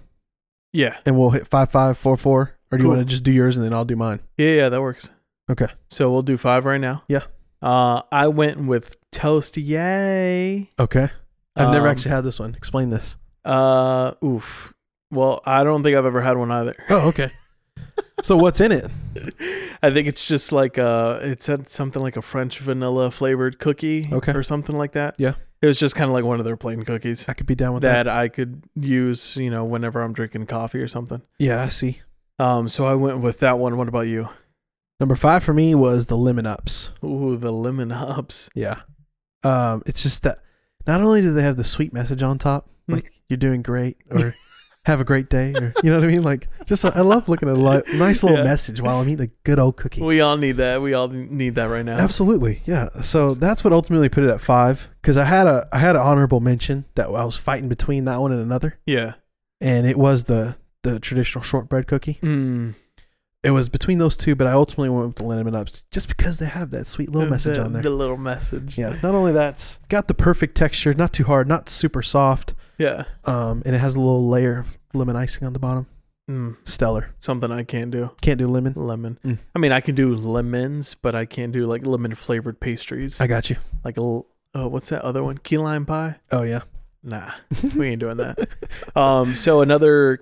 S3: Yeah.
S1: and we'll hit five, five, four, four. Or do you
S3: Cool.
S1: want to just do yours and then I'll do mine?
S3: Yeah. Yeah. That works.
S1: Okay.
S3: So we'll do five right now.
S1: Yeah.
S3: Uh, I went with toast. Yay.
S1: Okay. I've never
S3: Um,
S1: actually had this one. Explain this.
S3: Uh, oof. Well, I don't think I've ever had one either.
S1: Oh, okay. so what's in it?
S3: I think it's just like uh, it said something like a French vanilla flavored cookie,
S1: Okay.
S3: or something like that.
S1: Yeah.
S3: it was just kind of like one of their plain cookies
S1: I could be down with that.
S3: that I could use, you know, whenever I'm drinking coffee or something.
S1: Yeah, I see.
S3: Um, so I went with that one. What about you?
S1: Number five for me was the lemon ups.
S3: Ooh, the lemon ups.
S1: Yeah. Um, it's just that not only do they have the sweet message on top,
S3: Mm.
S1: like you're doing great or have a great day or you know what I mean? Like just I love looking at a li- nice little
S3: Yeah.
S1: message while I'm eating a good old cookie.
S3: We all need that. We all need that right now.
S1: Absolutely. Yeah. So that's what ultimately put it at five. Cause I had a I had an honorable mention that I was fighting between that one and another.
S3: Yeah.
S1: And it was the the traditional shortbread cookie.
S3: Mm,
S1: It was between those two, but I ultimately went with the lemon ups just because they have that sweet little message
S3: the,
S1: on there.
S3: The little message.
S1: Yeah. Not only that's got the perfect texture, not too hard, not super soft,
S3: Yeah.
S1: um, and it has a little layer of lemon icing on the bottom.
S3: Mm,
S1: Stellar.
S3: something I can't do.
S1: Can't do lemon.
S3: lemon.
S1: Mm.
S3: I mean, I can do lemons, but I can't do like lemon flavored pastries.
S1: I got you.
S3: like a l- oh, what's that other one? Key lime pie?
S1: Oh yeah.
S3: Nah, we ain't doing that. Um, so another,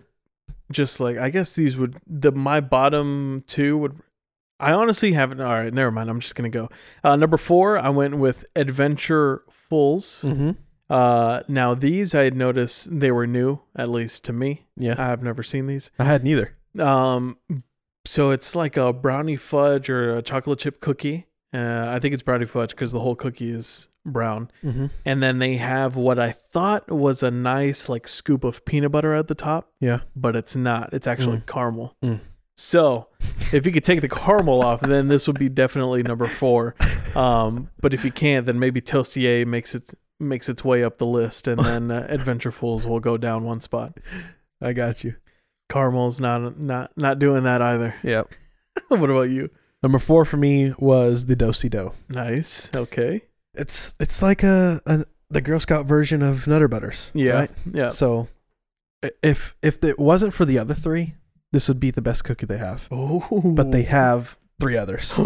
S3: just like I guess these would the my bottom two would. I honestly haven't. All right, never mind. I'm just gonna go. Uh, number four, I went with Adventure Fulls.
S1: Mm-hmm.
S3: Uh, now these I had noticed they were new, at least to me.
S1: Yeah.
S3: I've never seen these.
S1: I had neither.
S3: Um, so it's like a brownie fudge or a chocolate chip cookie. Uh, I think it's brownie fudge because the whole cookie is brown.
S1: Mm-hmm.
S3: And then they have what I thought was a nice like scoop of peanut butter at the top,
S1: Yeah.
S3: but it's not. It's actually caramel.
S1: Mm.
S3: So if you could take the caramel off, then this would be definitely number four. Um, but if you can't, then maybe Toastier makes its makes its way up the list, and then uh, Adventure Fools will go down one spot.
S1: I got you.
S3: Caramel's not not not doing that either.
S1: Yeah.
S3: what about you?
S1: Number four for me was the dosi do.
S3: Nice. Okay.
S1: It's it's like a, a the Girl Scout version of Nutter Butters.
S3: Yeah.
S1: Right?
S3: Yeah.
S1: So i- if if it wasn't for the other three, this would be the best cookie they have.
S3: Oh.
S1: But they have three others.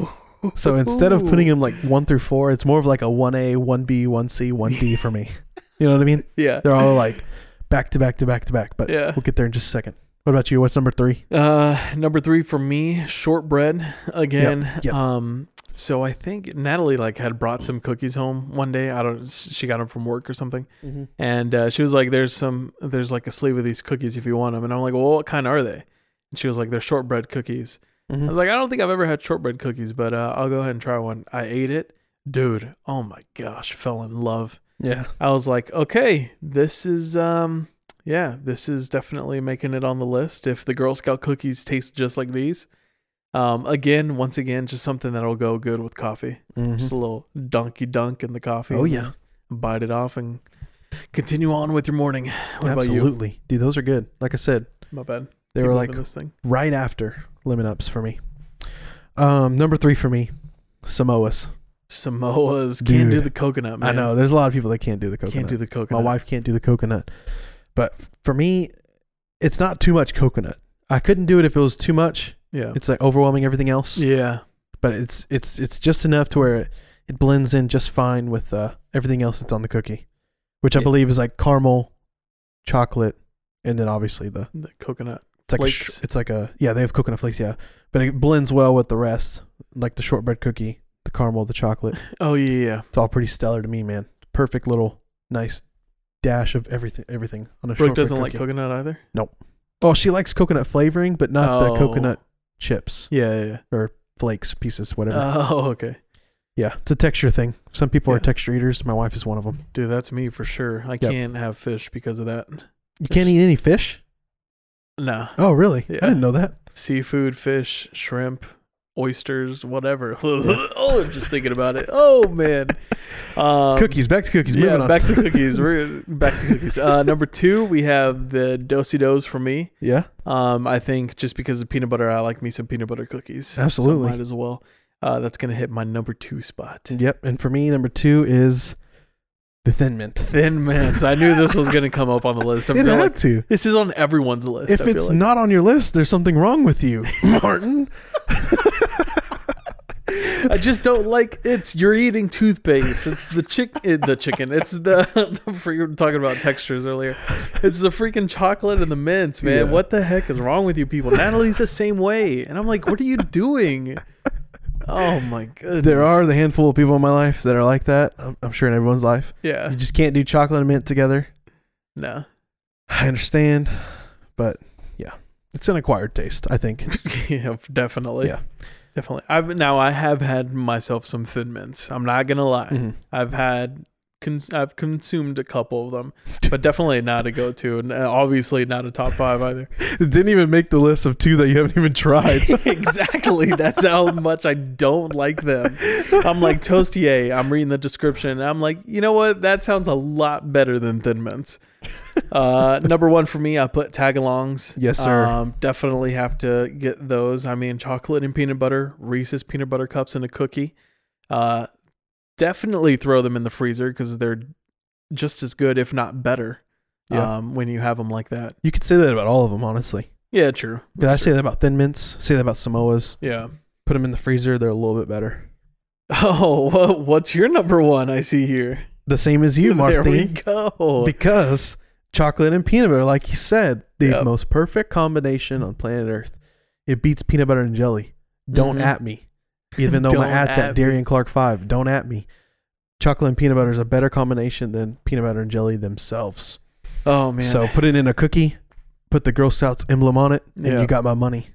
S1: So instead of putting them like one through four, it's more of like a one A, one B, one C, one D for me. You know what I mean?
S3: yeah.
S1: They're all like back to back to back to back. But
S3: Yeah.
S1: we'll get there in just a second. What about you? What's number three?
S3: Uh, number three for me, shortbread again.
S1: yep.
S3: Um, so I think Natalie like had brought some cookies home one day. I don't. She got them from work or something, and uh, she was like, "There's some. There's like a sleeve of these cookies if you want them." And I'm like, "Well, what kind are they?" And she was like, "They're shortbread cookies."
S1: Mhm.
S3: I was like, I don't think I've ever had shortbread cookies, but uh, I'll go ahead and try one. I ate it, dude. Oh my gosh, fell in love.
S1: Yeah.
S3: I was like, okay, this is um, yeah, this is definitely making it on the list. If the Girl Scout cookies taste just like these, um, again, once again, just something that'll go good with coffee. Just a little donkey dunk in the coffee.
S1: Mm-hmm. Oh
S3: and
S1: yeah.
S3: bite it off and continue on with your morning. What about you?
S1: Absolutely. Dude, those are good. Like I said,
S3: My bad.
S1: they
S3: Keep
S1: were
S3: moving
S1: like
S3: this thing.
S1: right after lemon ups for me. Um, number three for me, Samoas.
S3: Samoa's can't do
S1: Dude.
S3: the coconut. Man.
S1: I know there's a lot of people that can't do the
S3: can't
S1: coconut.
S3: do the coconut.
S1: My wife can't do the coconut, but f- for me, it's not too much coconut. I couldn't do it if it was too much.
S3: Yeah.
S1: It's like overwhelming everything else.
S3: yeah.
S1: But it's it's it's just enough to where it, it blends in just fine with uh, everything else that's on the cookie, which I
S3: Yeah.
S1: believe is like caramel, chocolate, and then obviously the
S3: The coconut.
S1: It's like a sh-
S3: Flakes.
S1: it's like a yeah, they have coconut flakes, yeah. But it blends well with the rest, like the shortbread cookie, the caramel, the chocolate.
S3: Oh yeah, yeah, yeah.
S1: It's all pretty stellar to me, man. Perfect little nice dash of everything everything on a
S3: Brooke
S1: shortbread
S3: doesn't
S1: cookie.
S3: like coconut either.
S1: Oh, she likes coconut flavoring, but not
S3: Oh.
S1: the coconut chips,
S3: Yeah, yeah. yeah.
S1: flakes, pieces, whatever.
S3: Oh, okay.
S1: yeah, it's a texture thing. Some people
S3: Yeah.
S1: are texture eaters. My wife is one of them.
S3: Dude, that's me for sure. I can't have fish because of that.
S1: You can't
S3: It's-
S1: eat any fish?
S3: Nah.
S1: Oh, really?
S3: Yeah.
S1: I didn't know that.
S3: Seafood, fish, shrimp, oysters, whatever. oh, I'm just thinking about it. Oh man. Um,
S1: cookies, back to cookies.
S3: yeah,
S1: moving on.
S3: back to cookies. We're back to cookies. Uh, number two, we have the Dosey Do's for me.
S1: yeah.
S3: Um, I think just because of peanut butter, I like me some peanut butter cookies. So
S1: Absolutely.
S3: might as well. Uh, that's gonna hit my number two spot.
S1: Yep. And for me, number two is the Thin Mint.
S3: Thin Mints. I knew this was gonna come up on the list. I
S1: it
S3: feel
S1: had
S3: like
S1: to.
S3: this is on everyone's list. I
S1: If
S3: feel
S1: it's
S3: like.
S1: not on your list, there's something wrong with you, Martin.
S3: I just don't like it's you're eating toothpaste. It's the chick eh, the chicken. It's the, the freak, we were talking about textures earlier. It's the freaking chocolate and the mints, man.
S1: Yeah.
S3: What the heck is wrong with you people? Natalie's the same way. And I'm like, what are you doing? Oh my goodness.
S1: There are the handful of people in my life that are like that. I'm, I'm sure in everyone's life. You
S3: Yeah.
S1: just can't do chocolate and mint together.
S3: No.
S1: I understand, but yeah, it's an acquired taste, I think.
S3: yeah, definitely.
S1: Yeah.
S3: Definitely. I've now I have had myself some thin mints. I'm not gonna lie.
S1: Mhm.
S3: I've had cons- I've consumed a couple of them, but definitely not a go to, and uh, obviously not a top five either.
S1: It didn't even make the list of two that you haven't even tried.
S3: exactly. That's how much I don't like them. I'm like Toastier. I'm reading the description. And I'm like, you know what? That sounds a lot better than Thin Mints. Uh, number one for me, I put Tagalongs.
S1: Yes, sir.
S3: Um, definitely have to get those. I mean, chocolate and peanut butter, Reese's peanut butter cups, and a cookie. Uh, definitely throw them in the freezer because they're just as good, if not better.
S1: Yeah.
S3: Um, when you have them like that.
S1: you could say that about all of them, honestly.
S3: Yeah, true.
S1: Could I
S3: That's
S1: say
S3: true.
S1: that about Thin Mints? Say that about Samoas?
S3: Yeah.
S1: Put them in the freezer; they're a little bit better.
S3: Oh, wha- what's your number one? I see here.
S1: The same as you, Martin.
S3: There we go.
S1: because chocolate and peanut butter, like you said, the
S3: Yep.
S1: most perfect combination on planet Earth. It beats peanut butter and jelly. Don't
S3: Mhm.
S1: at me, even though my
S3: Don't
S1: at's
S3: at
S1: at Darian Clark Five. Don't at me. Chocolate and peanut butter is a better combination than peanut butter and jelly themselves.
S3: Oh man.
S1: So put it in a cookie, put the Girl Scouts emblem on it, and
S3: Yeah.
S1: you got my money.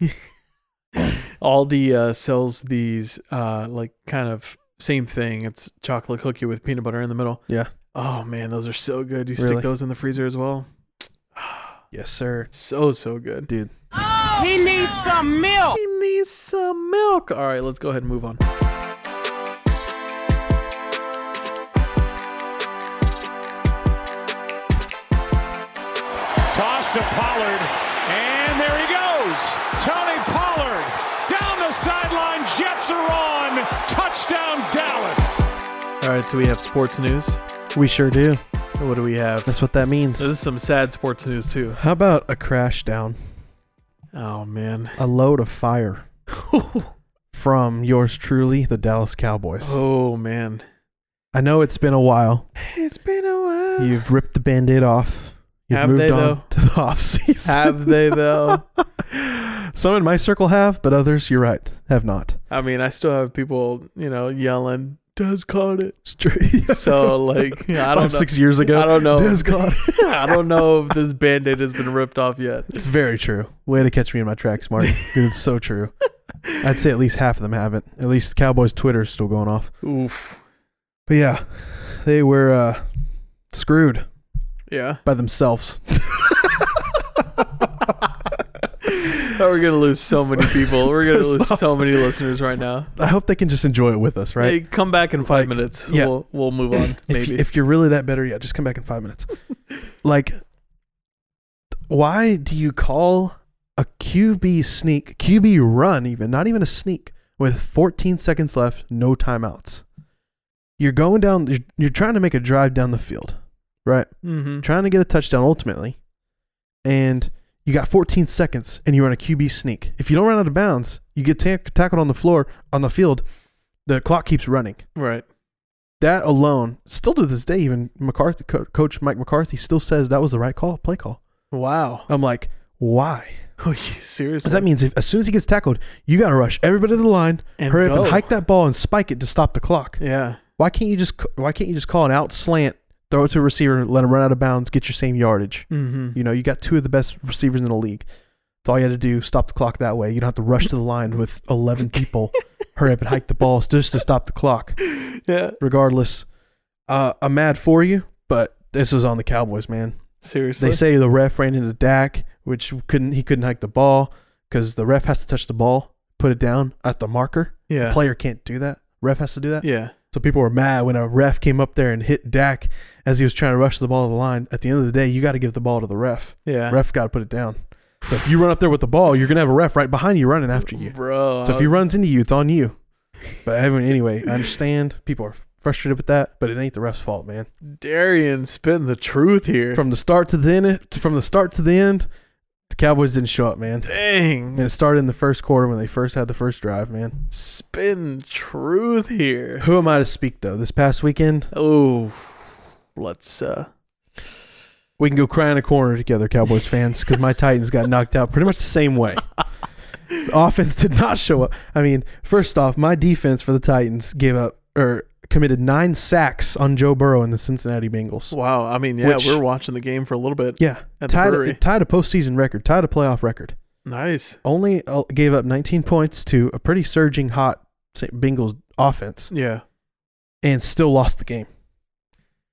S3: Aldi uh, sells these uh, like kind of same thing. It's chocolate cookie with peanut butter in the middle.
S1: Yeah.
S3: Oh man, those are so good. You
S1: Really?
S3: stick those in the freezer as well.
S1: Yes, sir.
S3: So so good.
S1: Dude.
S4: He needs some milk.
S3: He needs some milk. All right, let's go ahead and move on.
S5: Toss to Pollard, and there he goes. Tony Pollard down the sideline. Jets are on. Touchdown, Dallas.
S3: All right, so we have sports news.
S1: We sure do.
S3: What do we have?
S1: That's what that means.
S3: This is some sad sports news too.
S1: How about a crash down?
S3: Oh man.
S1: A load of fire from yours truly, the Dallas Cowboys.
S3: oh man.
S1: I know it's been a while.
S3: It's been a while.
S1: You've ripped the band-aid off. You've
S3: Have
S1: moved
S3: they,
S1: on
S3: though?
S1: to the off season.
S3: have they though?
S1: Some in my circle have, but others, you're right, have not.
S3: I mean, I still have people, you know, yelling, Des caught it.
S1: It's true.
S3: So, like, I don't
S1: Five,
S3: know.
S1: six years ago.
S3: I don't know.
S1: Dez got it.
S3: I don't know if this band aid has been ripped off yet.
S1: It's very true. Way to catch me in my tracks, Marty. Dude, it's so true. I'd say at least half of them haven't. At least Cowboys Twitter's still going off.
S3: Oof.
S1: But yeah, they were uh, screwed
S3: Yeah.
S1: by themselves.
S3: Oh, we're gonna lose so many people. We're gonna lose so many listeners right now.
S1: I hope they can just enjoy it with us, right?
S3: Hey, come back in five
S1: Like,
S3: minutes.
S1: yeah.
S3: We'll we'll move on.
S1: if,
S3: Maybe.
S1: you, if you're really that better, yeah, just come back in five minutes. like, why do you call a QB sneak, QB run, even not even a sneak, with 14 seconds left, no timeouts? You're going down. You're, you're trying to make a drive down the field, right?
S3: mm-hmm.
S1: Trying to get a touchdown ultimately, and you got 14 seconds, and you run a QB sneak. If you don't run out of bounds, you get tack tackled on the floor on the field. The clock keeps running
S3: Right.
S1: that alone, still to this day, even McCarthy, co- Coach Mike McCarthy still says that was the right call, play call.
S3: Wow.
S1: I'm like, why?
S3: Oh, yeah, seriously.
S1: Because Uh, that means if, as soon as he gets tackled, you got to rush everybody to the line,
S3: And
S1: hurry up
S3: go.
S1: and hike that ball and spike it to stop the clock.
S3: yeah.
S1: Why can't you just c- Why can't you just call an out slant, throw it to a receiver, let him run out of bounds, get your same yardage?
S3: Mm-hmm.
S1: You know, you got two of the best receivers in the league. That's all you had to do. Stop the clock that way. You don't have to rush to the line with 11 people. hurry up and hike the ball just to stop the clock.
S3: Yeah.
S1: regardless, uh, I'm mad for you, but this is on the Cowboys, man.
S3: Seriously.
S1: They say the ref ran into Dak, which couldn't he couldn't hike the ball because the ref has to touch the ball, put it down at the marker.
S3: Yeah.
S1: Player can't do that. Ref has to do that.
S3: Yeah.
S1: So people were mad when a ref came up there and hit Dak as he was trying to rush the ball to the line. At the end of the day, you got to give the ball to the ref.
S3: Yeah.
S1: Ref got to put it down. So if you run up there with the ball, you're gonna have a ref right behind you running after you.
S3: Bro.
S1: So if he runs into you, it's on you. But everyone, anyway, I understand people are frustrated with that, but it ain't the ref's fault, man.
S3: Darian spitting the truth here.
S1: From the start to the end, from the start to the end, the Cowboys didn't show up, man.
S3: Dang.
S1: And it started in the first quarter when they first had the first drive, man.
S3: Spitting truth here.
S1: Who am I to speak though? This past weekend,
S3: Oh, let's uh
S1: we can go cry in a corner together, Cowboys fans, because my Titans got knocked out pretty much the same way. The offense did not show up. I mean, first off, my defense for the Titans gave up or committed nine sacks on Joe Burrow and the Cincinnati Bengals.
S3: wow. I mean, yeah,
S1: Which-
S3: we're watching the game for a little bit.
S1: Yeah,
S3: at the
S1: tied
S3: brewery.
S1: it tied a postseason record, tied a playoff record.
S3: Nice.
S1: Only uh, gave up 19 points to a pretty surging hot St. Bengals offense,
S3: Yeah.
S1: and still lost the game.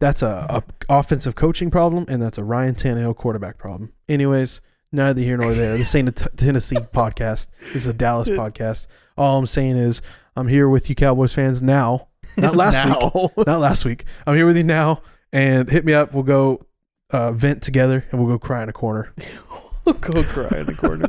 S1: That's a, a offensive coaching problem, and that's a Ryan Tannehill quarterback problem. Anyways, neither here nor there. This ain't a t- Tennessee podcast. This is a Dallas podcast. All I'm saying is, I'm here with you, Cowboys fans. Now, not last week
S3: Now.
S1: not last week. I'm here with you now, and hit me up. We'll go uh, vent together, and we'll go cry in a corner.
S3: Go cry in the corner.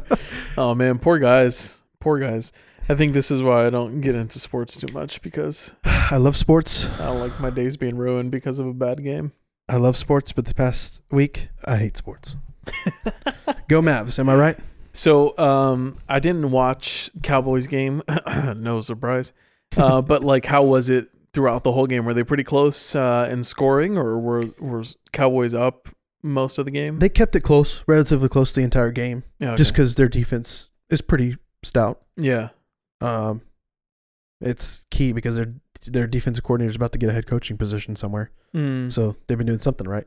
S3: oh man, poor guys. Poor guys. I think this is why I don't get into sports too much because
S1: I love sports.
S3: I don't like my days being ruined because of a bad game.
S1: I love sports, but the past week, I hate sports. go Mavs. Am I right?
S3: So um, I didn't watch Cowboys game. no surprise. Uh, but like, how was it throughout the whole game? Were they pretty close uh, in scoring, or were were Cowboys up most of the game?
S1: They kept it close, relatively close the entire game,
S3: Yeah, okay.
S1: just because their defense is pretty stout.
S3: yeah,
S1: Um, it's key because their their defensive coordinator is about to get a head coaching position somewhere.
S3: Mm.
S1: So they've been doing something right.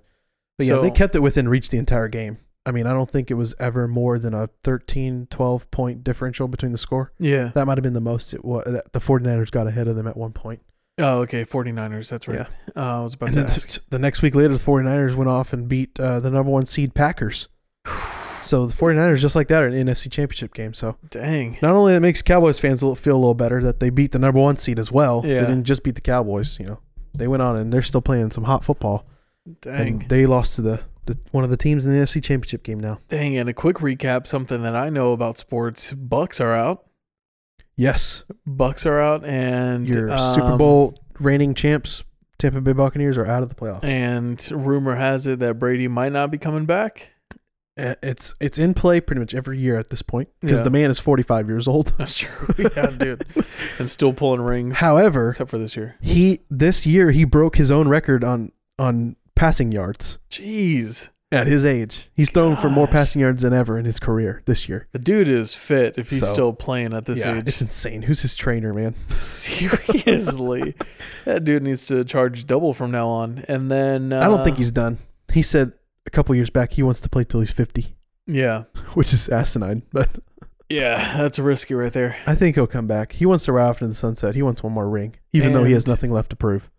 S1: But yeah, they
S3: So-
S1: kept it within reach the entire game. I mean, I don't think it was ever more than a 13, 12 point differential between the score.
S3: yeah.
S1: That might have been the most it was. That the 49ers got ahead of them at one point.
S3: Oh, okay. 49ers. That's right. Uh, I was about
S1: And
S3: to
S1: then
S3: ask.
S1: th- the next week later, the 49ers went off and beat uh, the number one seed Packers. So the 49ers, just like that, are in NFC championship game. So
S3: Dang.
S1: not only that makes Cowboys fans a little- feel a little better that they beat the number one seed as well.
S3: Yeah.
S1: They didn't just beat the Cowboys, you know. They went on and they're still playing some hot football.
S3: Dang.
S1: And they lost to the, the one of the teams in the NFC Championship game now.
S3: Dang. And a quick recap. Something that I know about sports. Bucks are out.
S1: Yes,
S3: Bucks are out, and
S1: your Super
S3: um,
S1: Bowl reigning champs, Tampa Bay Buccaneers, are out of the playoffs.
S3: And rumor has it that Brady might not be coming back.
S1: Uh, it's it's in play pretty much every year at this point because
S3: Yeah.
S1: the man is 45 years old.
S3: That's true. yeah, dude. And still pulling rings.
S1: However,
S3: Except for this year.
S1: he this year he broke his own record on on passing yards
S3: Jeez.
S1: at his age. He's thrown for more
S3: Gosh.
S1: passing yards than ever in his career this year.
S3: The dude is fit if he's
S1: So-
S3: still playing at this
S1: yeah,
S3: age.
S1: it's insane. Who's his trainer, man?
S3: Seriously. that dude needs to charge double from now on. And then. Uh,
S1: I don't think he's done. He said a couple years back he wants to play till he's 50,
S3: Yeah.
S1: which is asinine, but
S3: Yeah, that's risky right there.
S1: I think he'll come back. He wants to ride off into the sunset. He wants one more ring, even though he has
S3: And-
S1: nothing left to prove.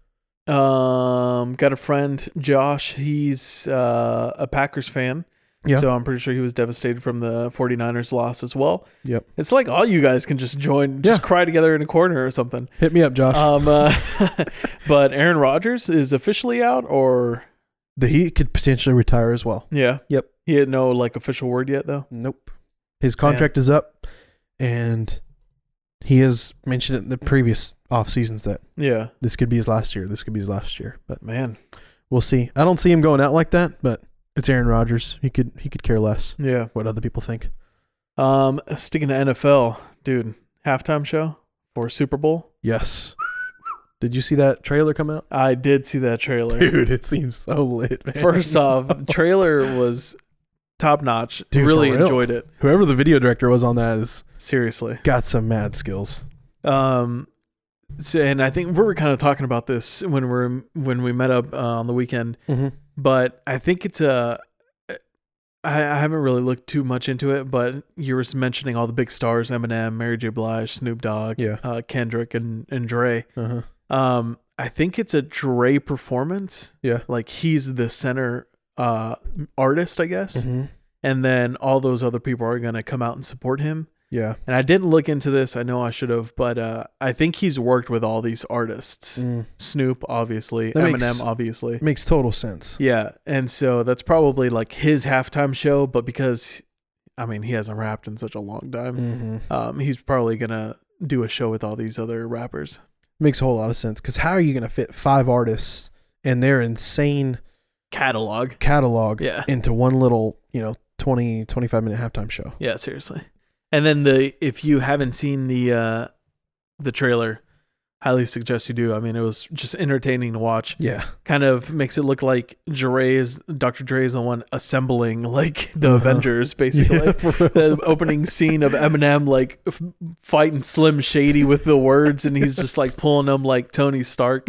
S3: Um, got a friend, Josh. He's uh, a Packers fan.
S1: Yeah.
S3: So I'm pretty sure he was devastated from the 49ers loss as well.
S1: Yep.
S3: It's like all you guys can just join, just
S1: Yeah.
S3: cry together in a corner or something.
S1: Hit me up, Josh.
S3: Um, uh, but Aaron Rodgers is officially out, or
S1: the Heat could potentially retire as well.
S3: yeah,
S1: Yep.
S3: He had no like official word yet though.
S1: Nope. His contract is up, and he has mentioned it in the previous off seasons that
S3: Yeah,
S1: this could be his last year. This could be his last year, but
S3: man.
S1: we'll see. I don't see him going out like that, but it's Aaron Rodgers. He could he could care less
S3: Yeah.
S1: what other people think.
S3: Um, sticking to NFL, dude. Halftime show for Super Bowl.
S1: Yes. Did you see that trailer come out?
S3: I did see that trailer.
S1: Dude, it seems so lit, man.
S3: First off, trailer was top notch.
S1: Dude, for
S3: really
S1: real.
S3: enjoyed it.
S1: whoever the video director was on that has
S3: Seriously.
S1: got some mad skills.
S3: Um so, and I think we were kind of talking about this when we're when we met up uh, on the weekend,
S1: Mm-hmm.
S3: but I think it's a I, I haven't really looked too much into it, but you were mentioning all the big stars: Eminem, Mary J. Blige, Snoop Dogg,
S1: Yeah.
S3: uh, Kendrick, and and Dre.
S1: Uh-huh.
S3: Um, I think it's a Dre performance.
S1: Yeah.
S3: Like he's the center uh artist, I guess.
S1: Mhm.
S3: And then all those other people are gonna come out and support him.
S1: Yeah.
S3: And I didn't look into this. I know I should have, but uh, I think he's worked with all these artists.
S1: Mm.
S3: Snoop, obviously.
S1: That
S3: Eminem,
S1: makes-
S3: obviously.
S1: Makes total sense.
S3: Yeah. And so that's probably like his halftime show, but because, I mean, he hasn't rapped in such a long time,
S1: Mm-hmm.
S3: um, he's probably going to do a show with all these other rappers.
S1: Makes a whole lot of sense because how are you going to fit five artists and their insane
S3: Catalog.
S1: catalog
S3: Yeah.
S1: into one little, you know, 20, 25 minute halftime show?
S3: Yeah, seriously. And then the if you haven't seen the uh the trailer, highly suggest you do. I mean, it was just entertaining to watch.
S1: Yeah.
S3: Kind of makes it look like Dre is Dr. Dre is the one assembling like the
S1: Uh-huh.
S3: Avengers, basically.
S1: Yeah, for real.
S3: the opening scene of Eminem like f- fighting Slim Shady with the words, and he's just like pulling them like Tony Stark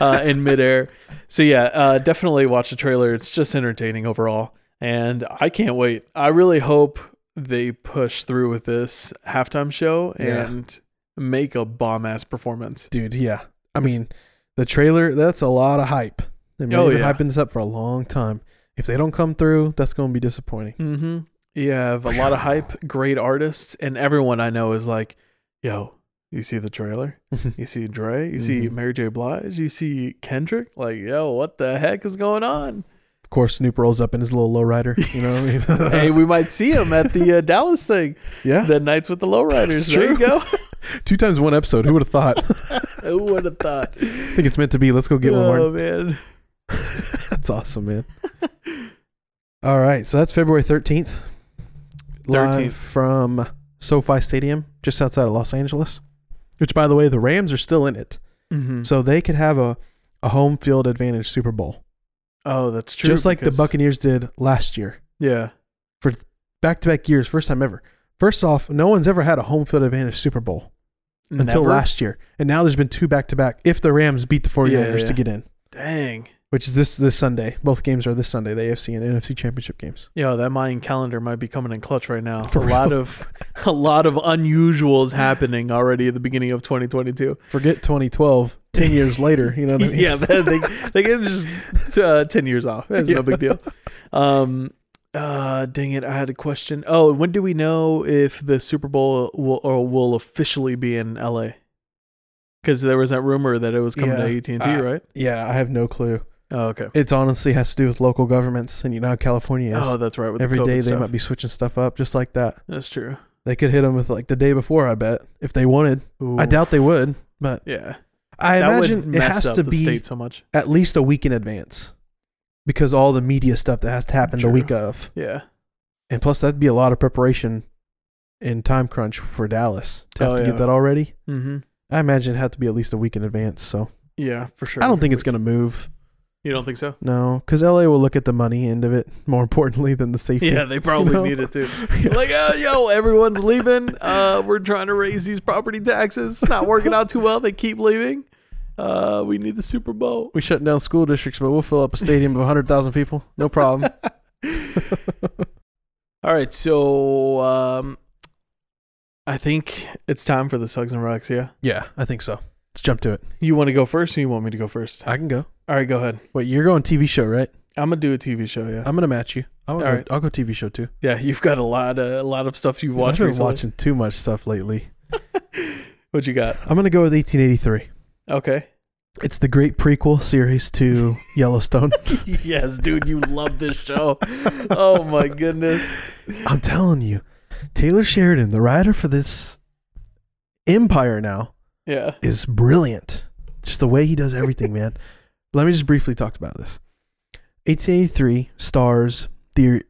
S3: uh, in midair. So yeah, uh, definitely watch the trailer. It's just entertaining overall, and I can't wait. I really hope they push through with this halftime show
S1: Yeah.
S3: and make a bomb ass performance.
S1: Dude, yeah. I mean, the trailer, that's a lot of hype. They've
S3: Oh,
S1: been
S3: yeah.
S1: hyping this up for a long time. If they don't come through, that's going to be disappointing.
S3: Mm-hmm. You have a lot of hype, great artists, and everyone I know is like, "Yo, you see the trailer? You see Dre? You see
S1: Mhm.
S3: Mary J. Blige? You see Kendrick? Like, yo, what the heck is going on?
S1: Of course, Snoop rolls up in his little lowrider. You know what I mean?
S3: hey, we might see him at the uh, Dallas thing,
S1: yeah.
S3: the Nights with the Lowriders.
S1: It's
S3: There you
S1: true.
S3: go.
S1: Two times one episode. Who would have thought?
S3: Who would have thought?
S1: I think it's meant to be. Let's go get one,
S3: oh
S1: Martin.
S3: man,
S1: That's awesome, man. All right, so that's February 13th. Live
S3: 13th.
S1: from SoFi Stadium, just outside of Los Angeles. Which, by the way, the Rams are still in it,
S3: Mhm.
S1: so they could have a, a home field advantage Super Bowl,
S3: oh, that's true.
S1: just like
S3: because-
S1: the Buccaneers did last year,
S3: Yeah,
S1: back to back years, first time ever. First off, no one's ever had a home field advantage Super Bowl until
S3: Never?
S1: last year, and now there's been two back to back. If the Rams beat the 49ers
S3: yeah.
S1: to get in,
S3: Dang,
S1: which is this this Sunday, both games are this Sunday, the AFC and NFC championship games.
S3: yo, that Mayan calendar might be coming in clutch right now.
S1: For
S3: a lot
S1: real.
S3: of, a lot of unusuals happening already at the beginning of 2022.
S1: forget 2012 10 years later you know what i mean
S3: yeah, they they, they get just uh, ten years off. It's
S1: Yeah.
S3: no big deal. Um, uh, dang it, I had a question. Oh, when do we know if the Super Bowl will or will officially be in LA? Because there was that rumor that it was coming
S1: Yeah.
S3: to AT and
S1: Uh,
S3: T, right?
S1: yeah i have no clue
S3: Oh, okay.
S1: it's honestly has to do with local governments and you know how california
S3: Oh,
S1: is
S3: that's right. With
S1: every
S3: the
S1: day
S3: COVID
S1: they
S3: stuff.
S1: might be switching stuff up just like that
S3: That's true.
S1: they could hit them with like the day before i bet if they wanted i
S3: Ooh.
S1: doubt they would but
S3: Yeah,
S1: i
S3: that would
S1: imagine it
S3: mess
S1: has
S3: up
S1: to
S3: the
S1: be
S3: state so much.
S1: at least a week in advance because all the media stuff that has to happen
S3: True.
S1: the week of
S3: Yeah.
S1: and plus that'd be a lot of preparation and time crunch for dallas to have
S3: Oh,
S1: to
S3: yeah.
S1: get that already
S3: Mm-hmm.
S1: i imagine it had to be at least a week in advance so
S3: Yeah, for sure.
S1: i don't think it's going to move
S3: You don't think so?
S1: No, because LA will look at the money end of it more importantly than the safety.
S3: Yeah, they probably
S1: know?
S3: need it too.
S1: Yeah.
S3: Like, oh, yo, everyone's leaving. Uh, we're trying to raise these property taxes. It's not working out too well. They keep leaving. Uh, we need the Super Bowl.
S1: We shut down school districts, but we'll fill up a stadium of 100,000 people. No problem.
S3: All right, so um, I think it's time for the Sugs and Rocks, yeah?
S1: Yeah, I think so. Let's jump to it.
S3: You want to go first or you want me to go first?
S1: I can go.
S3: All right, go ahead.
S1: Wait, you're going TV show, right?
S3: I'm going to do a TV show, yeah.
S1: I'm gonna match you. I'll, go,
S3: All right.
S1: I'll go TV show too.
S3: yeah, you've got a lot of, a lot of stuff you've watched.
S1: I've been
S3: recently.
S1: watching too much stuff lately.
S3: What you got?
S1: I'm gonna go with 1883.
S3: Okay.
S1: It's the great prequel series to Yellowstone.
S3: yes, dude, you love this show. oh my goodness.
S1: I'm telling you, Taylor Sheridan, the writer for this empire now,
S3: Yeah.
S1: is brilliant. Just the way he does everything, man. Let me just briefly talk about this. 1883 stars the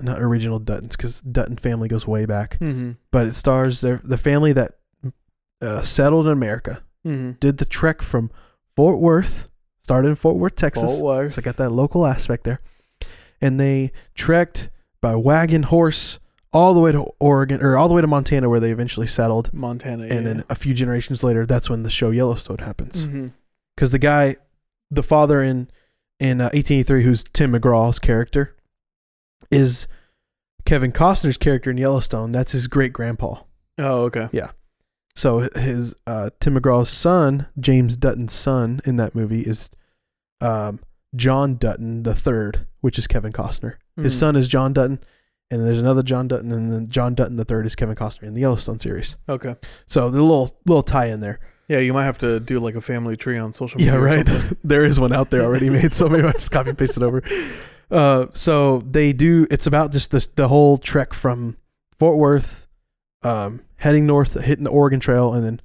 S1: not original Duttons because Dutton family goes way back,
S3: Mm-hmm.
S1: but it stars their, the family that uh, settled in America,
S3: Mm-hmm.
S1: did the trek from Fort Worth, started in Fort Worth, Texas.
S3: Fort Worth.
S1: So I got that local aspect there, and they trekked by wagon horse all the way to Oregon or all the way to Montana, where they eventually settled.
S3: Montana.
S1: And then a few generations later, that's when the show Yellowstone happens
S3: Mhm.
S1: because the guy, the father in in uh, 1883, who's Tim McGraw's character, is Kevin Costner's character in Yellowstone. That's his great grandpa.
S3: Oh, okay.
S1: So h- his uh, Tim McGraw's son, James Dutton's son in that movie is um, John Dutton the third, which is Kevin Costner.
S3: Mhm.
S1: His son is John Dutton, and there's another John Dutton, and then John Dutton the third is Kevin Costner in the Yellowstone series.
S3: Okay.
S1: So the little little tie in there.
S3: Yeah, you might have to do like a family tree on social media.
S1: Yeah,
S3: or
S1: right.
S3: something.
S1: there is one out there already made, so maybe I just copy and paste it over. Uh, so they do. It's about just the the whole trek from Fort Worth, um, heading north, hitting the Oregon Trail, and then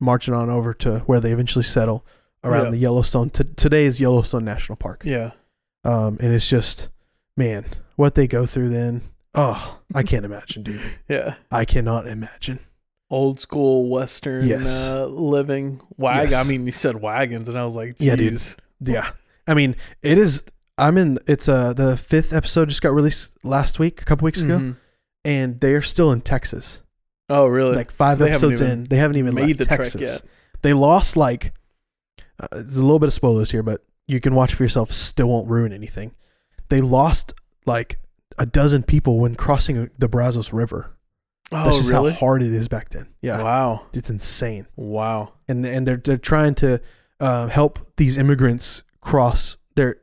S1: marching on over to where they eventually settle around
S3: Yeah.
S1: the Yellowstone. T- today is Yellowstone National Park.
S3: Yeah.
S1: Um, and it's just, man, what they go through then. Oh, I can't imagine, dude.
S3: Yeah.
S1: I cannot imagine.
S3: Old school Western
S1: Yes.
S3: uh, living. Wag.
S1: Yes.
S3: I mean, you said wagons, and I was like,
S1: Yeah, dude.
S3: jeez.
S1: Yeah. I mean, it is. I'm in. It's uh the fifth episode just got released last week, a couple weeks ago.
S3: Mhm.
S1: and they're still in Texas.
S3: Oh, really?
S1: Like five
S3: So they haven't
S1: episodes
S3: even
S1: in, they haven't even
S3: made
S1: left
S3: the trek
S1: Texas.
S3: yet.
S1: They lost like uh, there's a little bit of spoilers here, but you can watch for yourself. Still won't ruin anything. They lost like a dozen people when crossing the Brazos River.
S3: Oh,
S1: That's just
S3: really?
S1: how hard it is back then. Yeah,
S3: Wow.
S1: it's insane.
S3: Wow.
S1: And and they're they're trying to uh, help these immigrants cross. They're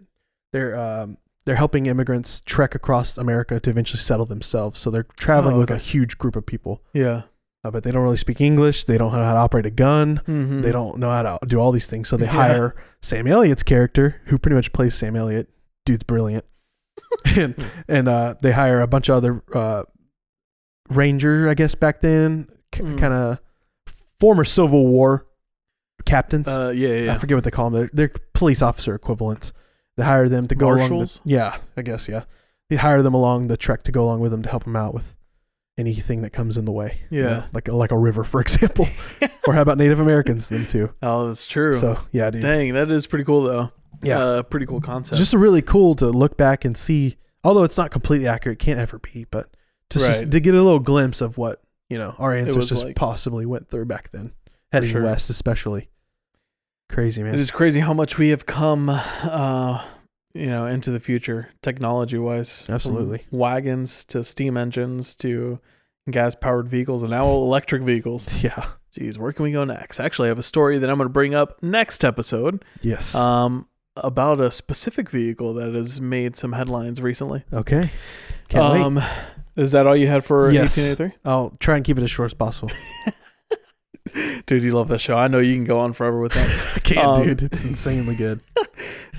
S1: they're um, they're helping immigrants trek across America to eventually settle themselves. So they're traveling
S3: Oh,
S1: with a
S3: okay.
S1: huge group of people.
S3: Yeah.
S1: uh, but they don't really speak English. They don't know how to operate a gun.
S3: Mhm.
S1: They don't know how to do all these things. So they
S3: Yeah.
S1: hire Sam Elliott's character, who pretty much plays Sam Elliott. Dude's brilliant. and and uh, they hire a bunch of other uh, ranger, I guess back then, k-
S3: Mm.
S1: kind of former Civil War captains.
S3: Uh, yeah, yeah.
S1: I
S3: yeah.
S1: forget what they call them. They're, they're police officer equivalents. They hire them to go along. The,
S3: Marshals?
S1: yeah, I guess yeah. They hire them along the trek to go along with them to help them out with anything that comes in the way. you
S3: Yeah.
S1: know, like like a river, for example, or how about Native Americans? Them too.
S3: Oh, that's true.
S1: So yeah, dude.
S3: Dang, that is pretty cool though.
S1: Yeah.
S3: Uh, pretty cool concept.
S1: It's just really cool to look back and see. Although it's not completely accurate, can't ever be, but just, just
S3: Right.
S1: to get a little glimpse of what you know our
S3: was
S1: ancestors
S3: like.
S1: possibly went through back then, heading
S3: sure.
S1: west especially. Crazy man.
S3: It is crazy how much we have come, uh, you know, into the future technology wise.
S1: Absolutely.
S3: Wagons to steam engines to gas powered vehicles and now electric vehicles.
S1: yeah.
S3: Jeez, where can we go next? Actually, I have a story that I'm going to bring up next episode
S1: Yes.
S3: um, about a specific vehicle that has made some headlines recently.
S1: okay. Can't wait.
S3: um, Is that all you had for
S1: Yes.
S3: 1883?
S1: I'll try and keep it as short as possible.
S3: Dude, you love that show. I know you can go on forever with that.
S1: I can't,
S3: Um,
S1: dude. It's insanely good.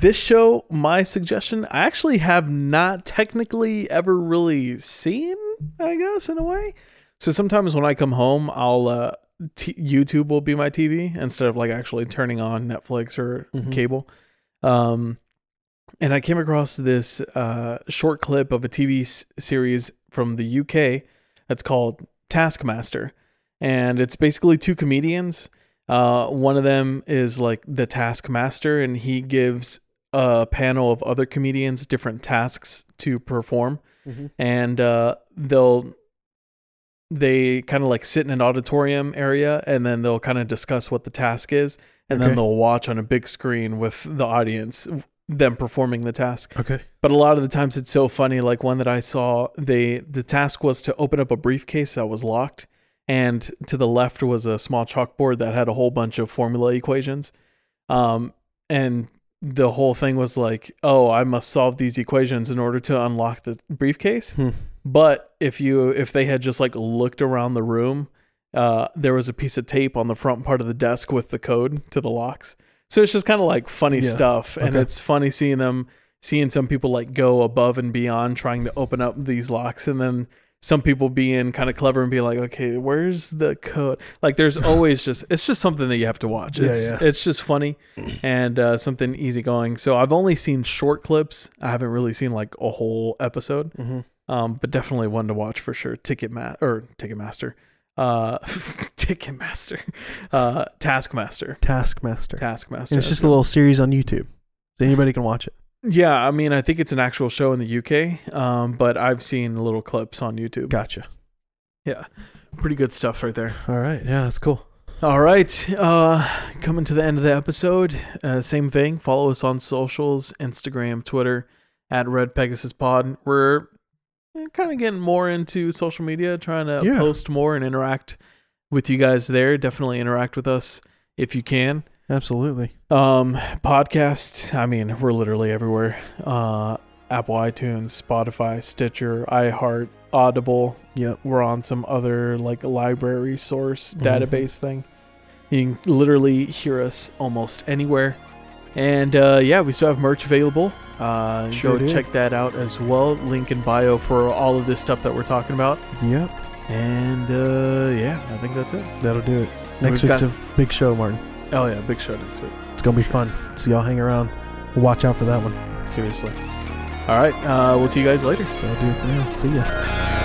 S3: this show, my suggestion, I actually have not technically ever really seen, I guess, in a way. So sometimes when I come home, I'll uh, t- YouTube will be my TV instead of like actually turning on Netflix or
S1: Mhm.
S3: cable. Um, and I came across this uh, short clip of a TV s- series from the UK that's called Taskmaster, and it's basically two comedians. Uh, one of them is like the taskmaster, and he gives a panel of other comedians different tasks to perform, and uh, they'll they kind of like sit in an auditorium area, and then they'll kind of discuss what the task is, and
S1: Okay.
S3: then they'll watch on a big screen with the audience them performing the task
S1: Okay.
S3: but a lot of the times it's so funny like one that i saw they the task was to open up a briefcase that was locked and to the left was a small chalkboard that had a whole bunch of formula equations. Um, and the whole thing was like, oh, I must solve these equations in order to unlock the briefcase.
S1: Hmm.
S3: But if you if they had just like looked around the room, uh, there was a piece of tape on the front part of the desk with the code to the locks. So it's just kind of like funny
S1: Yeah.
S3: stuff, and
S1: Okay.
S3: it's funny seeing them seeing some people like go above and beyond trying to open up these locks, and then some people being kind of clever and be like, okay, where's the code? Like, there's always just it's just something that you have to watch.
S1: Yeah,
S3: It's
S1: yeah.
S3: it's just funny and uh, something easygoing. So I've only seen short clips. I haven't really seen like a whole episode,
S1: Mm-hmm.
S3: um, but definitely one to watch for sure. Ticketma or Ticketmaster, uh, Ticketmaster, uh, Taskmaster,
S1: Taskmaster.
S3: Taskmaster.
S1: and it's just a little series on YouTube, so anybody can watch it.
S3: yeah. I mean, I think it's an actual show in the UK, um, but I've seen little clips on YouTube.
S1: Gotcha.
S3: Yeah, pretty good stuff right there.
S1: All right. Yeah, that's cool.
S3: All right, uh, coming to the end of the episode. Uh, same thing. Follow us on socials: Instagram, Twitter, at Red Pegasus Pod. We're kind of getting more into social media, trying to
S1: Yeah.
S3: post more and interact with you guys there. Definitely interact with us if you can.
S1: Absolutely.
S3: Um, podcast. I mean, we're literally everywhere. Uh, Apple, iTunes, Spotify, Stitcher, iHeart, Audible
S1: Yep.
S3: we're on some other like library source
S1: Mm-hmm.
S3: database thing. You can literally hear us almost anywhere. And uh, yeah, we still have merch available. Uh,
S1: Sure
S3: go
S1: do.
S3: check that out as well. Link in bio for all of this stuff that we're talking about.
S1: Yep.
S3: And uh, yeah, I think that's it.
S1: That'll do it. Next
S3: We've
S1: week's
S3: got-
S1: a big show, Martin.
S3: Oh yeah, big show next week.
S1: It's gonna be fun. So y'all hang around. Watch out for that one.
S3: Seriously. All right, uh, we'll see you guys later.
S1: That'll do it for now. See ya.